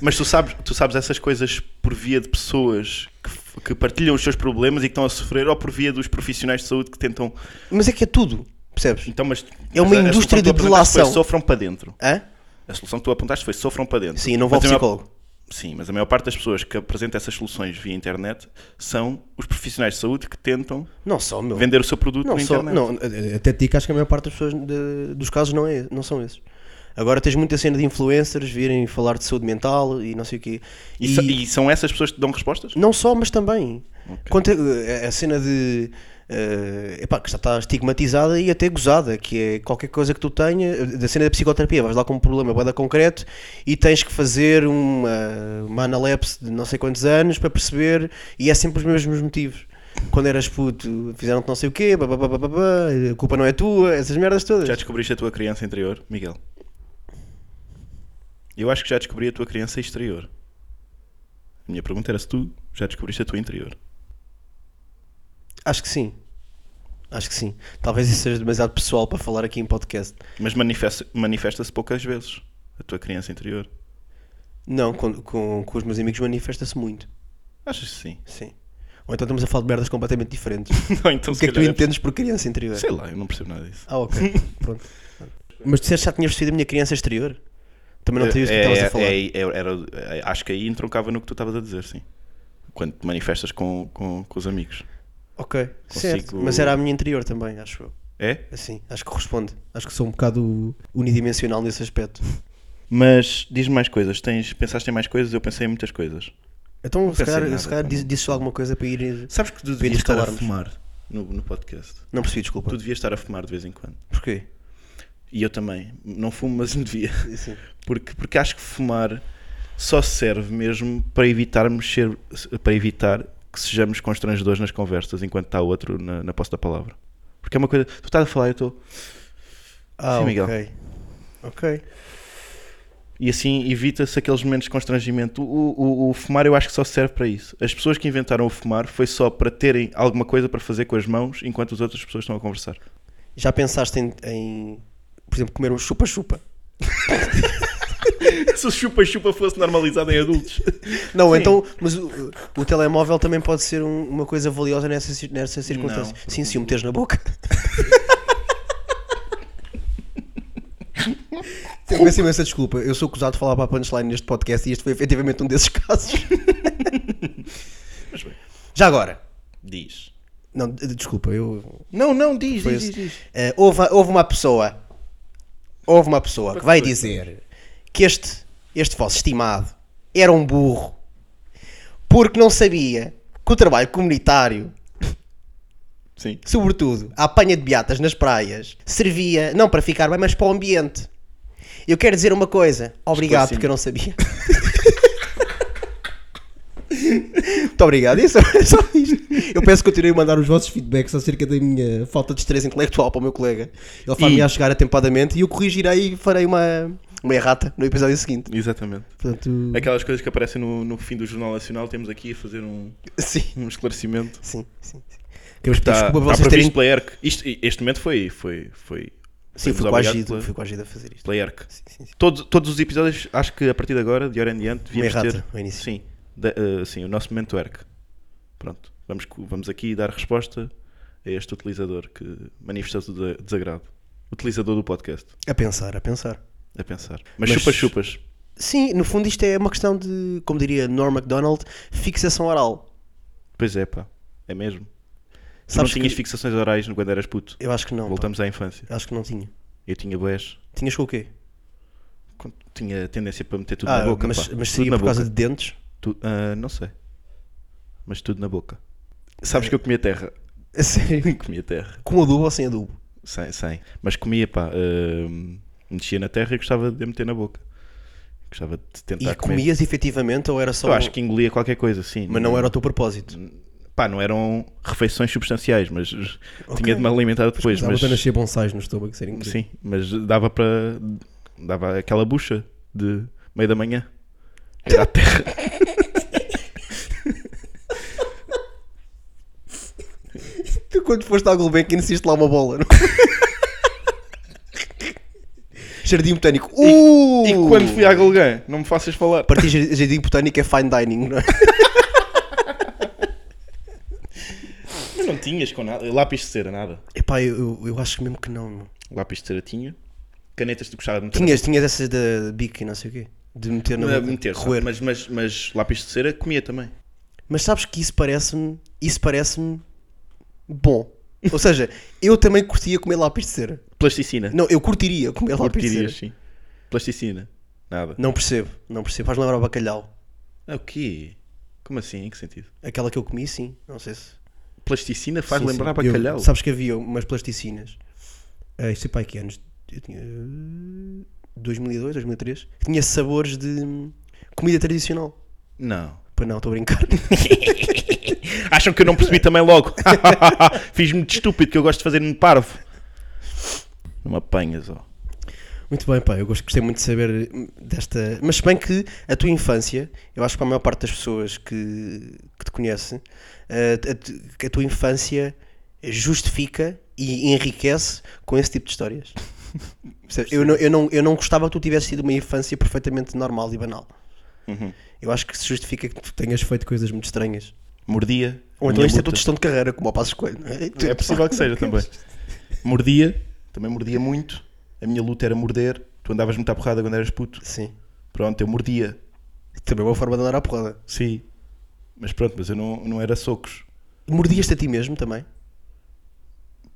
S4: Mas tu sabes, tu sabes essas coisas por via de pessoas que, f- que partilham os seus problemas e que estão a sofrer ou por via dos profissionais de saúde que tentam.
S3: Mas é que é tudo, percebes?
S4: Então, mas,
S3: É uma
S4: mas a- a
S3: indústria
S4: solução que
S3: de
S4: tu apontaste foi
S3: delação.
S4: Sofram para dentro.
S3: Hã?
S4: A solução que tu apontaste foi sofram para dentro.
S3: Sim, não vou ao
S4: Mas a maior-
S3: psicólogo.
S4: Sim, mas a maior parte das pessoas que apresentam essas soluções via internet são os profissionais de saúde que tentam
S3: Não só, meu.
S4: vender o seu produto
S3: Não,
S4: na
S3: só,
S4: internet.
S3: não, até te digo que acho que a maior parte das pessoas de- dos casos não, é, não são esses. Agora tens muita cena de influencers virem falar de saúde mental e não sei o quê.
S4: E, sa- e são essas pessoas que te dão respostas?
S3: Não só, mas também. Quanto a, a cena de. eh, epá, que já está estigmatizada e até gozada, que é qualquer coisa que tu tenha, eh, da cena da psicoterapia, vais lá com um problema bada concreto e tens que fazer uma, uma analepse de não sei quantos anos para perceber, e é sempre os mesmos motivos. Quando eras puto, fizeram-te não sei o quê, babá, babá, babá, a culpa não é tua, essas merdas todas.
S4: Já descobriste a tua criança interior, Miguel? Eu acho que já descobri a tua criança exterior. A minha pergunta era se tu já descobriste a tua interior.
S3: Acho que sim. Acho que sim. Talvez isso seja demasiado pessoal para falar aqui em podcast.
S4: Mas manifesta- manifesta-se poucas vezes a tua criança interior.
S3: Não, com, com, com os meus amigos manifesta-se muito.
S4: Achas que sim? *laughs*
S3: Sim. Ou então estamos a falar de merdas completamente diferentes.
S4: Não, então
S3: o que é
S4: se
S3: que tu
S4: calhar
S3: entendes por criança interior?
S4: Sei lá, eu não percebo nada disso.
S3: Ah,
S4: *laughs*
S3: ok. Pronto. Mas tu disseste que já tinhas sido a minha criança exterior? Também não sabias o que
S4: É-
S3: estavas
S4: é-
S3: a falar.
S4: é- é- era- é- acho que aí entroncava no que tu estavas a dizer, sim. Quando te manifestas com, com, com os amigos.
S3: ok, certo.
S4: Consigo-
S3: Mas era a minha interior também, acho eu.
S4: É?
S3: Assim, acho que corresponde. Acho que sou um bocado unidimensional nesse aspecto.
S4: Mas diz-me mais coisas. Tens, pensaste em mais coisas? Eu pensei em muitas coisas.
S3: Então, se
S4: pensei
S3: calhar,
S4: em nada
S3: se calhar
S4: também.
S3: diz- dizes alguma coisa para ir.
S4: Sabes que tu
S3: devias
S4: devias
S3: estar a
S4: estar a fumar no, no podcast.
S3: Não percebi, desculpa.
S4: Tu devias estar a fumar de vez em quando.
S3: Porquê?
S4: E eu também. Não fumo, mas *laughs* não devia.
S3: Sim.
S4: Porque, porque acho que fumar só serve mesmo para evitarmos ser, para evitar que sejamos constrangedores nas conversas enquanto está outro na, na posse da palavra. Porque é uma coisa. Tu estás a falar, eu estou.
S3: Ah,
S4: Sim, Miguel.
S3: ok. Ok.
S4: E assim evita-se aqueles momentos de constrangimento. O, o- o fumar eu acho que só serve para isso. As pessoas que inventaram o fumar foi só para terem alguma coisa para fazer com as mãos enquanto as outras pessoas estão a conversar.
S3: Já pensaste em, em, por exemplo, comer um chupa-chupa?
S4: *laughs* Se o chupa-chupa fosse normalizado em adultos.
S3: Não, então, mas o, o telemóvel também pode ser um- uma coisa valiosa nessa, ci- nessa circunstância.
S4: Não.
S3: Sim, se o meteres na *laughs* boca. Eu peço imensa desculpa, eu sou acusado de falar para a punchline neste podcast e este foi efetivamente um desses casos.
S4: Mas bem.
S3: Já agora,
S4: Diz.
S3: não, de- desculpa, eu.
S4: Não, não, diz,
S3: Foi
S4: diz,
S3: esse.
S4: diz, diz.
S3: Eh, houve, houve uma pessoa, houve uma pessoa que vai dizer que este, este vosso estimado era um burro porque não sabia que o trabalho comunitário
S4: Sim.
S3: sobretudo a apanha de beatas nas praias, servia não para ficar bem, mas para o ambiente. Eu quero dizer uma coisa, obrigado,
S4: Esclareci-me.
S3: porque eu não sabia. *laughs* Muito obrigado, isso é só isto. Eu peço que continuem a mandar os vossos feedbacks acerca da minha falta de estresse intelectual para o meu colega. Ele faz-me
S4: E-
S3: a chegar atempadamente e eu corrigirei e farei uma, uma errata no episódio seguinte.
S4: Exatamente.
S3: Portanto,
S4: Aquelas coisas que aparecem no, no fim do Jornal Nacional, temos aqui a fazer um,
S3: *laughs* sim,
S4: um esclarecimento. Tá,
S3: sim, sim. sim. Queremos pedir
S4: Está,
S3: desculpa
S4: está
S3: por vocês
S4: previsto
S3: terem.
S4: pela ERC. Isto- este momento foi. foi, foi
S3: Sim,
S4: foi-vos
S3: fui
S4: obrigado
S3: coagido,
S4: pela-
S3: fui coagido a fazer isto.
S4: pela ERC.
S3: Sim, sim, sim.
S4: Todos, todos os episódios, acho que a partir de agora, de hora em diante, devíamos
S3: errata,
S4: ter.
S3: ao início.
S4: Sim, da- eh, sim, o nosso momento ERC. Pronto, vamos, co- vamos aqui dar resposta a este utilizador que manifestou o de- desagrado. Utilizador do podcast,
S3: A pensar, a pensar.
S4: a pensar. Mas
S3: Mas-
S4: chupas-chupas.
S3: Sim, no fundo isto é uma questão de, como diria Norm MacDonald, fixação oral.
S4: Pois é, pá, é mesmo. Tu
S3: Sabes
S4: não tinhas
S3: que-
S4: fixações orais quando eras puto.
S3: Eu acho que não. pá.
S4: Voltamos à infância.
S3: Acho que não tinha.
S4: Eu tinha boés.
S3: Tinhas com o quê?
S4: Quando Tinha tendência para meter tudo
S3: Ah,
S4: na boca.
S3: mas,
S4: pá.
S3: mas
S4: Tudo
S3: seria
S4: na
S3: por causa
S4: boca.
S3: de dentes? *laughs* Ah.
S4: Tu- ah, não sei. Mas tudo na boca. Sabes que eu comia terra. *laughs*
S3: A sério?
S4: Comia terra.
S3: Com adubo ou sem
S4: Tá
S3: adubo?
S4: Sem, sem. Mas comia, pá. hum, mexia na terra e gostava de a meter na boca. Gostava de tentar
S3: E
S4: comer.
S3: comias efetivamente ou era só. um-
S4: Eu acho que engolia qualquer coisa, sim.
S3: Mas não era o teu propósito.
S4: Pá, não eram refeições substanciais, mas tinha de me alimentar depois.
S3: Estava
S4: Mas,
S3: a nascer bonsais no estômago, seria incrível.
S4: sim, mas dava para. dava aquela bucha de meio da manhã. Era a terra.
S3: Tu quando foste à Gulbenkian insiste lá uma bola, não? é? *laughs* Jardim Botânico. Uh!
S4: *laughs* E quando fui à Golgan, não me faças falar.
S3: Partir jar- Jardim Botânico é fine dining, não é?
S4: Mas não tinhas com nada. Lápis de cera, nada.
S3: Epá, eu, eu, eu acho mesmo que não. meu.
S4: Lápis de cera tinha. Canetas de gostava de meter.
S3: Tinhas, tinhas essas da bico e não sei o quê. De meter na
S4: Não é
S3: boca.
S4: meter, só.
S3: roer. Mas...
S4: mas, mas, mas lápis de cera comia também.
S3: sabes que isso parece-me. Isso parece-me. bom. Ou seja, eu também curtia comer lápis de cera.
S4: Plasticina.
S3: Não, eu curtiria comer lápis de cera.
S4: Curtirias, sim. Plasticina. Nada.
S3: Não percebo, não percebo. Faz lembrar o bacalhau.
S4: Ah, O quê? Como assim? Em que sentido?
S3: Aquela que eu comi, sim. Não sei se.
S4: Plasticina faz
S3: Sim,
S4: lembrar
S3: sim. Eu-
S4: bacalhau.
S3: sabes que havia umas plasticinas. Uh, isto é para que anos? Eu tinha. eh, 2002, 2003. que Tinha sabores de hum, comida tradicional.
S4: Não.
S3: Para não, estou a brincar.
S4: Acham que eu não percebi também *laughs* logo? Fiz-me de estúpido, que eu gosto de fazer-me parvo. Não me apanhas, ó.
S3: muito bem, pá. Eu gosto- gostei muito de saber hum, desta. Mas, se bem que a tua infância, eu acho que para a maior parte das pessoas que, que te conhecem, eh, a tu- que a tua infância justifica e enriquece com esse tipo de *laughs* histórias. Percebes? Eu não, eu, não, eu não gostava que tu tivesse tido uma infância perfeitamente normal e banal. Eu acho que se justifica que tu tenhas feito coisas muito estranhas.
S4: Mordia.
S3: Ou
S4: a
S3: então
S4: minha
S3: isto é
S4: bota.
S3: tua gestão de carreira, como ao passo escolho.
S4: É possível que *laughs* seja também. Mordia. Também mordia muito. A minha luta era morder. Tu andavas muito à porrada quando eras puto.
S3: Sim.
S4: Pronto, eu mordia.
S3: Também é uma forma de andar à porrada.
S4: Sim. Mas pronto, mas eu não, não era socos.
S3: Mordias-te a ti mesmo também?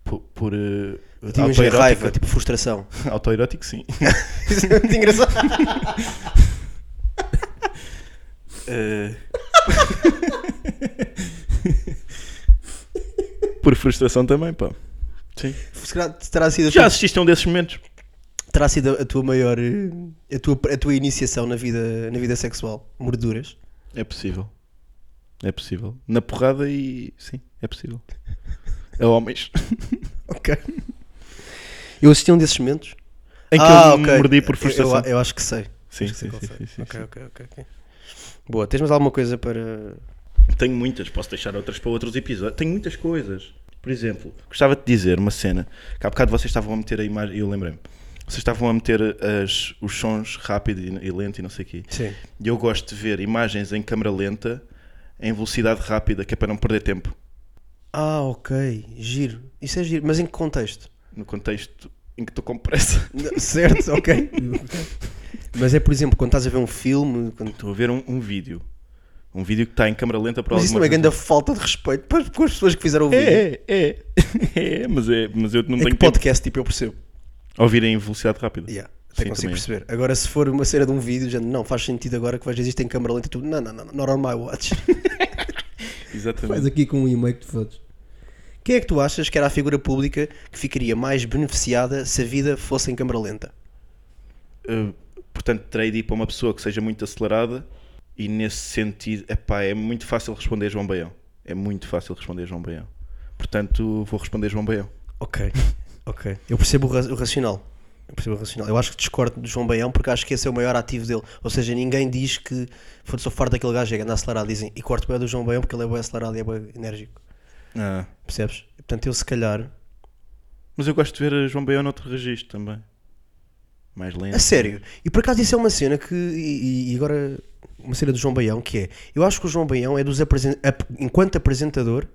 S4: Por, por eh,
S3: Tinhas
S4: autoerótica.
S3: raiva, tipo frustração.
S4: *laughs* Autoerótico, sim.
S3: Isso é muito engraçado.
S4: Eh. Por frustração também, pá. Sim.
S3: Se calhar Terá sido, a
S4: Já
S3: tua,
S4: assististe a um desses momentos?
S3: terá sido a tua maior. eh, A tua, a tua iniciação na vida, na vida sexual. Morduras.
S4: É possível. É possível. Na porrada e. Sim, é possível. A homens.
S3: Ok. Eu assisti a um desses momentos.
S4: em que
S3: ah,
S4: eu me
S3: ok.
S4: mordi por
S3: Eu-
S4: frustração.
S3: Eu, eu acho que sei.
S4: sim,
S3: acho que sei
S4: sim,
S3: qual é.
S4: sim,
S3: foi.
S4: sim, sim,
S3: ok,
S4: sim.
S3: ok, ok, ok. Boa, tens mais alguma coisa para.
S4: Tenho muitas, posso deixar outras para outros episódios. Tenho muitas coisas. Por exemplo, gostava de dizer uma cena que há bocado vocês estavam a meter a imagem, eu lembrei-me. Vocês estavam a meter as, os sons rápido e, e lento e não sei o quê.
S3: Sim.
S4: E eu gosto de ver imagens em câmara lenta em velocidade rápida, que é para não perder tempo.
S3: Ah, ok. Giro. Isso é giro. Mas em que contexto?
S4: No contexto em que estou com pressa.
S3: *laughs* certo, ok. Mas é, por exemplo, quando estás a ver um filme. Quando...
S4: Estou a ver um, um vídeo. Um vídeo que está em câmara lenta para
S3: Mas isso não
S4: alguma
S3: é grande falta de respeito para, com as pessoas que fizeram o vídeo. É,
S4: É, é, é. *laughs* mas é. Mas eu não
S3: que
S4: tenho tempo
S3: podcast, tipo, eu percebo.
S4: a ouvir em velocidade rápida.
S3: Yeah, até
S4: Sim,
S3: consigo
S4: também.
S3: perceber. Agora, se for uma cena de um vídeo, já não faz sentido agora que vais dizer isto em câmera lenta e tudo. Não, não, não, not on my
S7: *laughs*
S3: watch.
S4: Exatamente.
S7: Faz aqui com um e-mail que te fodes.
S3: Quem é que tu achas que era a figura pública que ficaria mais beneficiada se a vida fosse em câmera lenta? é.
S4: Uh, portanto, terei de ir para uma pessoa que seja muito acelerada e nesse sentido, epá, é muito fácil responder João Baião. É muito fácil responder João Baião. Portanto, vou responder João Baião.
S3: Ok, *laughs* ok. Eu percebo o, ra- o racional. Eu percebo o racional. Eu acho que discordo do João Baião porque acho que esse é o maior ativo dele. Ou seja, ninguém diz que foi só farto daquele gajo é que anda acelerado. Dizem e corto bem do João Baião porque ele é bem acelerado e é bem enérgico.
S4: Ah,
S3: Percebes? Portanto, eu se calhar.
S4: Mas eu gosto de ver João Baião noutro registro também. Mais lento.
S3: A sério. E por acaso isso é uma cena que. E, e- e agora. Uma cena do João Baião que é. Eu acho que o João Baião é dos. Apresen... ap- Enquanto apresentador,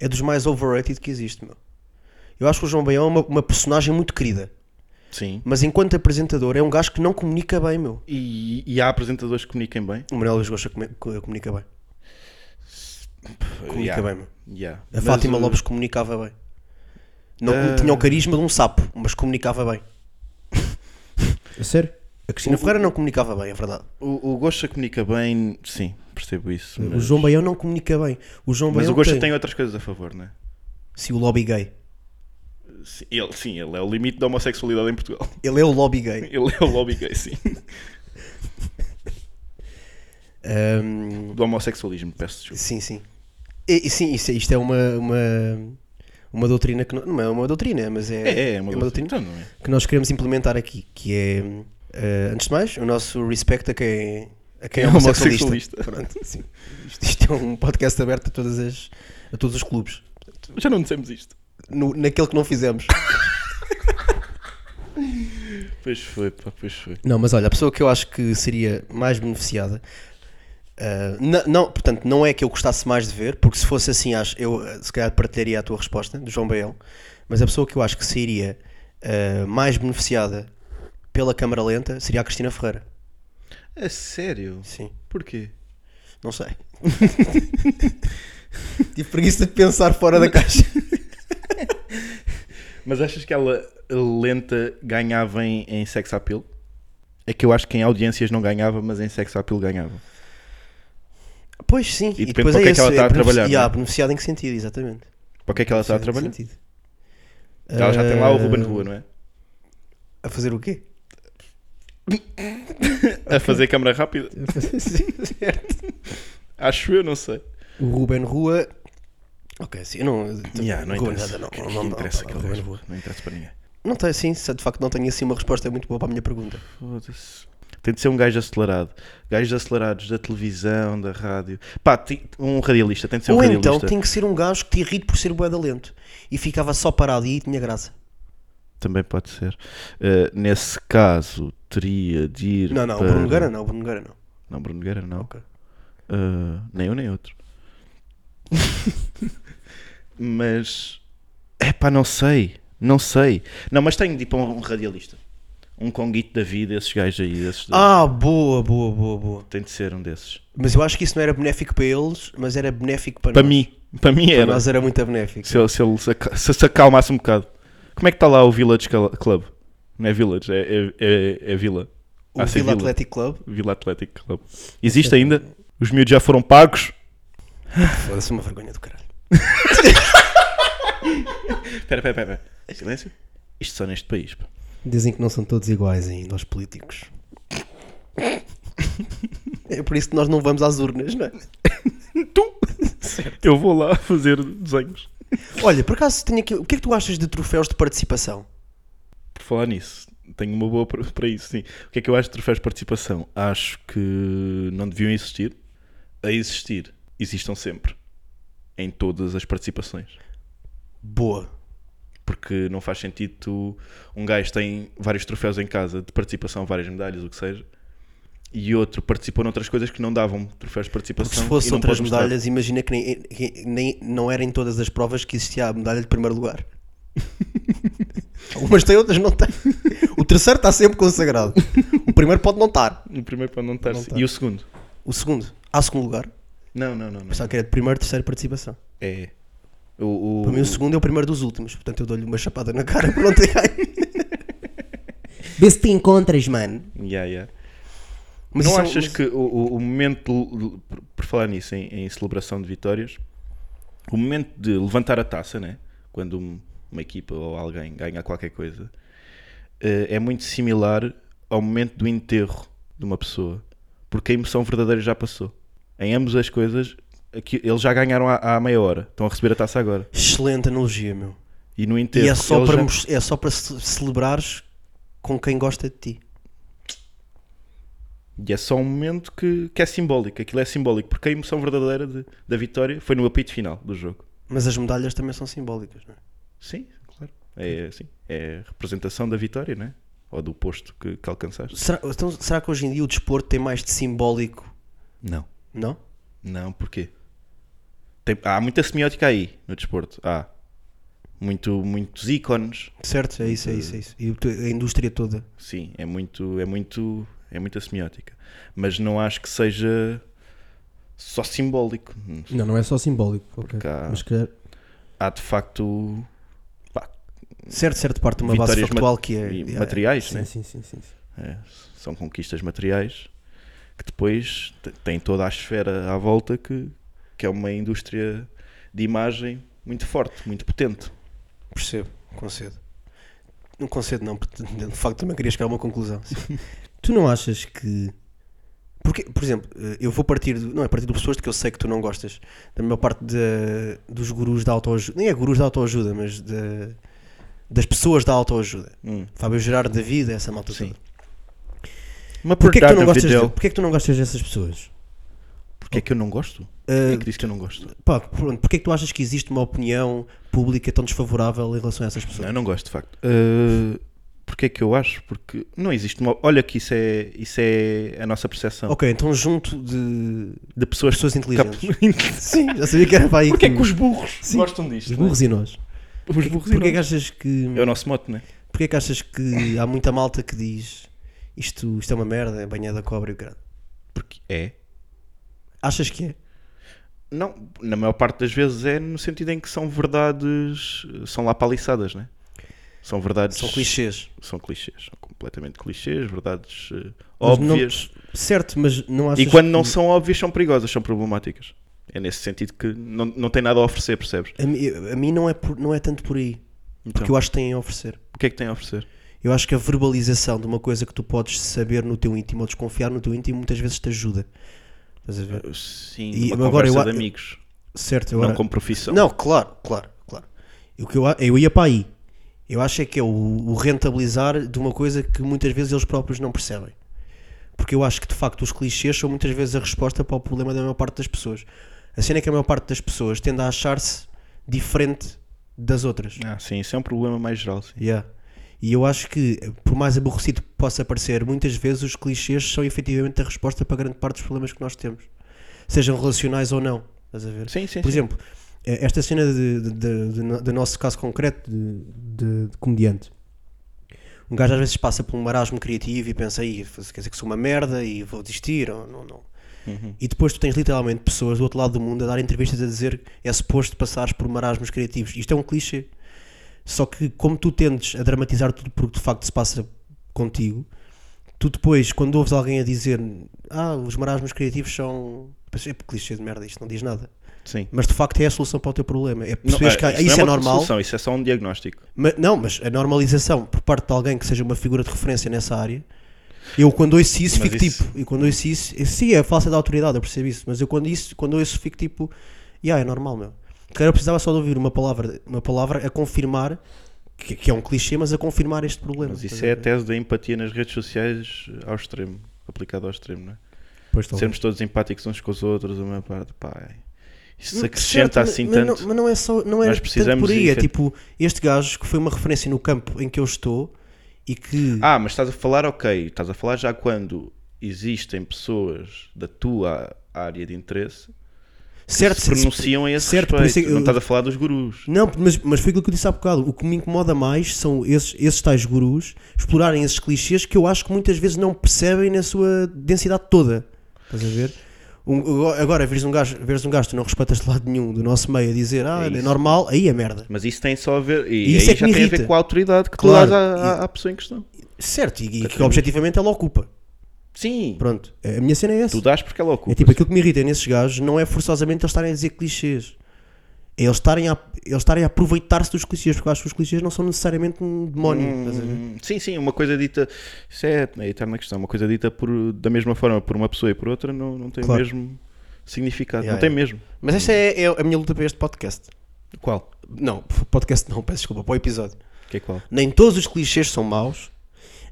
S3: é dos mais overrated que existe, meu. Eu acho que o João Baião é uma, uma personagem muito querida.
S4: Sim.
S3: Mas enquanto apresentador, é um gajo que não comunica bem, meu.
S4: E, e há apresentadores que comuniquem bem.
S3: O Manuel Luís Gosta come- co- comunica bem. Comunica
S4: Yeah.
S3: bem, meu.
S4: Yeah.
S3: A
S4: Mas,
S3: Fátima
S4: uh,
S3: Lopes comunicava bem. Não
S4: Ah.
S3: tinha o carisma de um sapo, mas comunicava bem.
S7: A sério?
S3: A Cristina Ferreira não comunicava bem, é verdade.
S4: O, o Gosta comunica bem, sim, percebo isso.
S3: O
S4: Mas,
S3: João Baião não comunica bem. O João
S4: mas
S3: Baião
S4: o Gosta
S3: tem-
S4: tem... outras coisas a favor, não é?
S3: Se o lobby gay.
S4: Sim ele, sim, ele é o limite da homossexualidade em Portugal. *laughs*
S3: Ele é o lobby gay.
S4: Ele é o lobby gay, sim.
S3: Ahm,
S4: Do homossexualismo, peço desculpa.
S3: Sim, sim. E, e sim, isso, isto é uma, uma, uma doutrina que não, não é uma doutrina, mas é,
S4: É, é uma doutrina. Então, não é?
S3: que nós queremos implementar aqui, que é eh, antes de mais, o nosso respeito a quem, a quem é
S4: É
S3: homossexualista.
S4: homossexualista.
S3: Pronto, sim. Isto, isto é um podcast aberto a, todas as, a todos os clubes.
S4: é? Já não dissemos isto.
S3: No, naquele que não fizemos.
S4: Pois foi, pá, pois foi.
S3: Não, mas olha, a pessoa que eu acho que seria mais beneficiada. ah, na- não, portanto, não é que eu gostasse mais de ver, porque se fosse assim, acho, eu ah, se calhar partilharia a tua resposta, do João Baião, mas a pessoa que eu acho que seria ah, mais beneficiada pela câmara lenta seria a Cristina Ferreira.
S4: É sério?
S3: Sim,
S4: Porquê?
S3: não sei. *laughs* Tive preguiça de pensar fora da caixa.
S4: Mas achas que ela lenta ganhava em, em sex appeal? É que eu acho que em audiências não ganhava, mas em sex appeal ganhava.
S3: Pois sim,
S4: depende para o que é que ela está a
S3: benefici-
S4: trabalhar,
S3: e há,
S4: não é?
S3: beneficiado em que sentido, exatamente.
S4: Para que é que ela está a
S3: Beneficiado em
S4: trabalhar?
S3: que sentido?
S4: Ela já tem lá o
S3: Ah,
S4: Ruben Rua, não é?
S3: A fazer o quê?
S4: A fazer câmara rápida.
S3: *laughs* certo.
S4: Acho eu, não sei.
S3: O Ruben Rua. Ok, sim, eu não.
S4: Yeah, não
S3: Rua
S4: interessa.
S3: nada,
S4: Que-
S3: não,
S4: que
S3: não, não,
S4: interessa
S3: pá,
S4: aquele
S3: Ruben
S4: gajo,
S3: Rua.
S4: Não interessa para ninguém.
S3: Não tem, sim, se de facto não tenho assim uma resposta muito boa para a minha pergunta.
S4: Foda-se. Tem de ser um gajo acelerado. Gajos acelerados da televisão, da rádio. Pá, ti- um radialista. Tem de ser um
S3: Ou
S4: radialista.
S3: então tem que ser um gajo que te irrite por ser boeda lento e ficava só parado e tinha graça.
S4: Também pode ser. Eh, nesse caso, teria de ir.
S3: Não, não, o
S4: para...
S3: Bruno Nogueira não, o Bruno Nogueira não.
S4: Não, Bruno Nogueira não.
S3: Ok.
S4: Eh, nem um nem outro. *laughs* mas. É pá, não sei. Não sei. Não, mas tenho de ir para um radialista. Um conguito da vida, esses gajos aí. Esses da-
S3: Ah, boa, boa, boa, boa.
S4: Tem de ser um desses.
S3: Mas eu acho que isso não era benéfico para eles, mas era benéfico para,
S4: Para
S3: nós.
S4: mim. Para mim
S3: Para
S4: era.
S3: nós era muito benéfico.
S4: Se ele se, ele se aca- se se acalmasse um bocado. Como é que está lá o Village Cl- Club? Não é Village, é, é, é, é Vila.
S3: O
S4: Ah, sim,
S3: Vila Athletic Club,
S4: Vila Athletic Club. Existe ainda? Os miúdos já foram pagos?
S3: foda-se uma vergonha do caralho.
S4: Espera, espera, espera. espera. Silêncio. Isto só neste país. pá.
S3: Dizem que não são todos iguais ainda aos políticos. É por isso que nós não vamos às urnas, não é?
S4: Eu vou lá *laughs* fazer desenhos.
S3: Olha, por acaso tenho aqui. O que é que tu achas de troféus de participação?
S4: Por falar nisso, tenho uma boa para para isso, sim. O que é que eu acho de troféus de participação? Acho que não deviam existir. A existir, existam sempre. Em todas as participações.
S3: Boa.
S4: porque não faz sentido tu, um gajo tem vários troféus em casa de participação, várias medalhas, o que seja, e outro participou noutras coisas que não davam troféus de participação.
S3: Porque se
S4: e
S3: fosse
S4: não
S3: outras
S4: pode mostrar.
S3: medalhas, imagina que nem, que nem- não era em todas as provas que existia a medalha de primeiro
S4: *laughs*
S3: lugar. Algumas têm, outras não têm. O terceiro está sempre consagrado. O primeiro pode não estar.
S4: O primeiro para não estar.
S3: Não tá. estar.
S4: E o segundo?
S3: O segundo, há segundo lugar.
S4: Não, não, não. não.
S3: Pensava que era de primeiro, terceiro participação.
S4: É. O, o,
S3: Para mim, o segundo é o primeiro dos últimos. Portanto, eu dou-lhe uma chapada na cara
S9: *laughs*
S3: por não ter ganho. Vê se te encontras, mano.
S4: Yeah, yeah.
S3: Mas
S4: não
S3: isso é um-
S4: achas
S3: mas-
S4: que o, o- o momento, de le- por- por falar nisso, em, em celebração de vitórias, o momento de levantar a taça, né? quando um- uma equipa ou alguém ganha qualquer coisa, eh, é muito similar ao momento do enterro de uma pessoa, porque a emoção verdadeira já passou. Em ambas as coisas, aqui- eles já ganharam há, há meia hora, estão a receber a taça agora.
S3: Excelente analogia, meu.
S4: E no enterro,
S3: E é só,
S4: eles
S3: para,
S4: já-
S3: mos- é só para ce- celebrares com quem gosta de ti.
S4: E é só um momento que, que é simbólico, aquilo é simbólico, porque a emoção verdadeira de- da vitória foi no apito final do jogo.
S3: Mas as medalhas também são simbólicas, não é?
S4: Sim, claro. É, sim, é a representação da vitória, não é? Ou do posto que, que alcançaste.
S3: Será, então, será que hoje em dia o desporto tem mais de simbólico?
S4: Não.
S3: Não?
S4: Não, porquê? Tem- há muita semiótica aí no desporto. Há muito, muitos ícones.
S3: Certo? É isso, é isso, é isso. E o te- a indústria toda.
S4: Sim, é muito, é muito, é muita semiótica. Mas não acho que seja só simbólico.
S9: Não, não é só simbólico. ok.
S4: Porque há-
S9: Mas é se calhar-
S4: Há de facto
S3: Certo, certo, parte de uma base
S4: vitórias
S3: factual
S4: mat-
S3: que é.
S4: e
S3: é-
S4: materiais, né?
S9: Sim, sim, sim, sim. sim.
S4: É, são conquistas materiais que depois te- têm toda a esfera à volta que, que é uma indústria de imagem muito forte, muito potente.
S3: Percebo, concedo. Não concedo, não, porque de facto também queria chegar a uma conclusão. sim. tu não achas que. Porque, por exemplo, eh, eu vou partir do. Não, é partir do pessoas que eu sei que tu não gostas. Da maior parte da- dos gurus da autoajuda. Nem é gurus da autoajuda, mas da- das pessoas da autoajuda. Fábio Gerardo da vida, essa malta
S4: Hum. Sim.
S3: toda.
S4: Mas
S3: Porquê é que, tu não
S4: David
S3: gostas
S4: Dell,
S3: de, porquê que tu não gostas dessas pessoas? Eh,
S4: Porquê que eu não gosto?
S3: Ah,
S4: Quem é que disse que eu não gosto?
S3: Pá, pronto, porquê é que tu achas que existe uma opinião pública tão desfavorável em relação a essas pessoas?
S4: Não, eu não gosto, de facto. Uh, porquê que eu acho? Porque não existe uma. Olha, que isso é, isso é a nossa percepção
S3: Ok, então junto de
S4: de pessoas.
S3: pessoas inteligentes.
S4: Porquê
S3: *laughs* Sim, já sabia que era para aí.
S4: que os burros
S3: Sim.
S4: gostam disto?
S9: Os burros e nós.
S4: não é? Os burros e
S3: Porquê que
S4: nós.
S3: achas que
S4: É o nosso mote, não é?
S3: Porquê que achas que há muita malta que diz isto, isto é uma merda, é banhada cobra e o caralho?
S4: Porque é.
S3: Achas que é?
S4: Não, na maior parte das vezes é no sentido em que são verdades, são lá paliçadas, né? São verdades.
S3: São clichês.
S4: São clichês, são completamente clichês, verdades eh,
S3: Mas não-
S4: óbvias.
S3: Certo, mas não achas
S4: E quando não
S3: que-
S4: são óbvias, são perigosas, são problemáticas. É nesse sentido que não, não tem nada a oferecer, percebes?
S3: A, mi- a mim não é, por- não é tanto por aí.
S4: Então.
S3: Porque eu acho que têm a oferecer.
S4: O que é que tem a oferecer?
S3: Eu acho que a verbalização de uma coisa que tu podes saber no teu íntimo ou desconfiar no teu íntimo muitas vezes te ajuda. Estás a ver?
S4: Sim,
S3: E
S4: uma
S3: agora
S4: conversa
S3: eu a-
S4: de amigos,
S3: Certo,
S4: não
S3: agora...
S4: como profissão.
S3: Não, claro, claro, claro. O que eu, a- eu ia para aí. Eu acho é que é o, o rentabilizar de uma coisa que muitas vezes eles próprios não percebem. Porque eu acho que de facto os clichês são muitas vezes a resposta para o problema da maior parte das pessoas. A cena é que a maior parte das pessoas tende a achar-se diferente das outras.
S4: Ah, sim, isso é um problema mais geral. Sim.
S3: Yeah. E eu acho que, por mais aborrecido que possa parecer, muitas vezes os clichês são efetivamente a resposta para grande parte dos problemas que nós temos. Sejam relacionais ou não. Estás a ver?
S4: Sim, sim,
S3: Por
S4: sim.
S3: exemplo, eh, esta cena de- de- de- de no- do nosso caso concreto de, de- de comediante. Um gajo às vezes passa por um marasmo criativo e pensa, "Ih, f- quer dizer que sou uma merda e vou desistir ou não. não."
S4: Uhum.
S3: E depois tu tens literalmente pessoas do outro lado do mundo a dar entrevistas a dizer é suposto passares por marasmos criativos. Isto é um clichê. Só que como tu tendes a dramatizar tudo porque de facto se passa contigo, tu depois, quando ouves alguém a dizer ah, os marasmos criativos são. É clichê de merda, isto não diz nada.
S4: Sim.
S3: Mas de facto é a solução para o teu problema. É
S4: Não,
S3: perceberes
S4: ah,
S3: que há-
S4: não
S3: isso é,
S4: uma
S3: normal.
S4: solução, isso é só um diagnóstico.
S3: Mas, não, mas a normalização por parte de alguém que seja uma figura de referência nessa área. Eu quando ouço isso
S4: Mas
S3: fico
S4: isso-
S3: tipo. E quando ouço isso. eh, Sim, é falsa da autoridade, eu percebo isso. Mas eu quando, isso, quando ouço fico tipo. Yeah, é normal, meu. Cara, eu precisava só de ouvir uma palavra, uma palavra a confirmar. Que, que é um clichê, mas a confirmar este problema.
S4: Mas
S3: estás
S4: isso
S3: a
S4: é a
S3: ver?
S4: tese da empatia nas redes sociais ao extremo, aplicada ao extremo, não é?
S9: Pois talvez.
S4: Sermos todos empáticos uns com os outros, uma parte, pá, é. isso se
S3: Hum, Certo,
S4: acrescenta
S3: mas-
S4: assim
S3: mas
S4: tanto.
S3: Não, mas não é só. Não é
S4: Nós
S3: tanto
S4: precisamos
S3: por aí.
S4: de
S3: É
S4: efet-
S3: tipo, este gajo que foi uma referência no campo em que eu estou e que.
S4: Ah, mas estás a falar, ok, estás a falar já quando existem pessoas da tua área de interesse
S3: certo,
S4: que se
S3: se- se-
S4: pronunciam a esse
S3: certo, por isso é
S4: respeito.
S3: que eu-
S4: Não estás a falar dos gurus.
S3: Não, mas, mas foi aquilo que eu disse há bocado. O que me incomoda mais são esses, esses tais gurus explorarem esses clichês que eu acho que muitas vezes não percebem na sua densidade toda. Estás a ver? Um- agora, veres um, gajo, veres um gajo que tu não respeitas de lado nenhum do nosso meio a dizer ah,
S4: É
S3: é,
S4: isso.
S3: normal, aí é merda.
S4: Mas isso tem só a ver. E,
S3: E isso
S4: aí
S3: é que
S4: já
S3: me
S4: tem a
S3: irrita.
S4: ver com a autoridade que
S3: Claro,
S4: tu dás à, à- à pessoa em questão.
S3: Certo, e, e que objetivamente ela ocupa.
S4: Sim,
S3: Pronto, a minha cena é essa.
S4: tu dás porque ela ocupa.
S3: É tipo, aquilo que me irrita nesses gajos não é forçosamente eles estarem a dizer clichês. É eles estarem a, eles estarem a aproveitar-se dos clichês, porque eu acho que os clichês não são necessariamente um demónio. estás a ver?
S4: Hum, Sim, sim, uma coisa dita. Isso é a eterna questão. Uma coisa dita por, da mesma forma por uma pessoa e por outra não, não tem
S3: Claro.
S4: o mesmo significado.
S3: Ya,
S4: não tem
S3: ya.
S4: mesmo.
S3: Mas esta é, é a minha luta para este podcast.
S4: Qual?
S3: Não, p- podcast não, peço desculpa, para o episódio.
S4: Que é qual?
S3: Nem todos os clichês são maus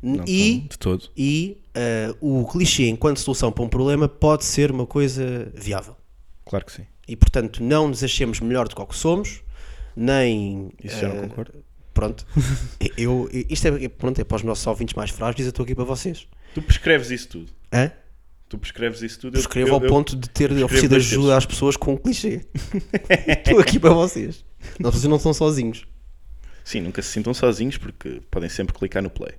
S3: n-
S4: Não,
S3: e,
S4: De todo.
S3: e eh, o clichê enquanto solução para um problema pode ser uma coisa viável.
S4: Claro que sim.
S3: E portanto não nos achemos melhor do que o que somos, nem...
S4: Isso já não
S3: eh,
S4: concordo.
S3: Pronto, *laughs* eu, eu- isto é, pronto, é para os nossos ouvintes mais frágeis, eu estou aqui para vocês.
S4: Tu prescreves isso tudo.
S3: Hã?
S4: Tu prescreves isso tudo. eu-
S3: Escrevo
S4: eu-
S3: ao
S4: eu-
S3: ponto de ter
S4: prescrevo
S3: oferecido
S4: dois terços.
S3: ajuda às pessoas com um clichê. *laughs* estou aqui para vocês. Não, vocês não são sozinhos.
S4: Sim, nunca se sintam sozinhos porque podem sempre clicar no play.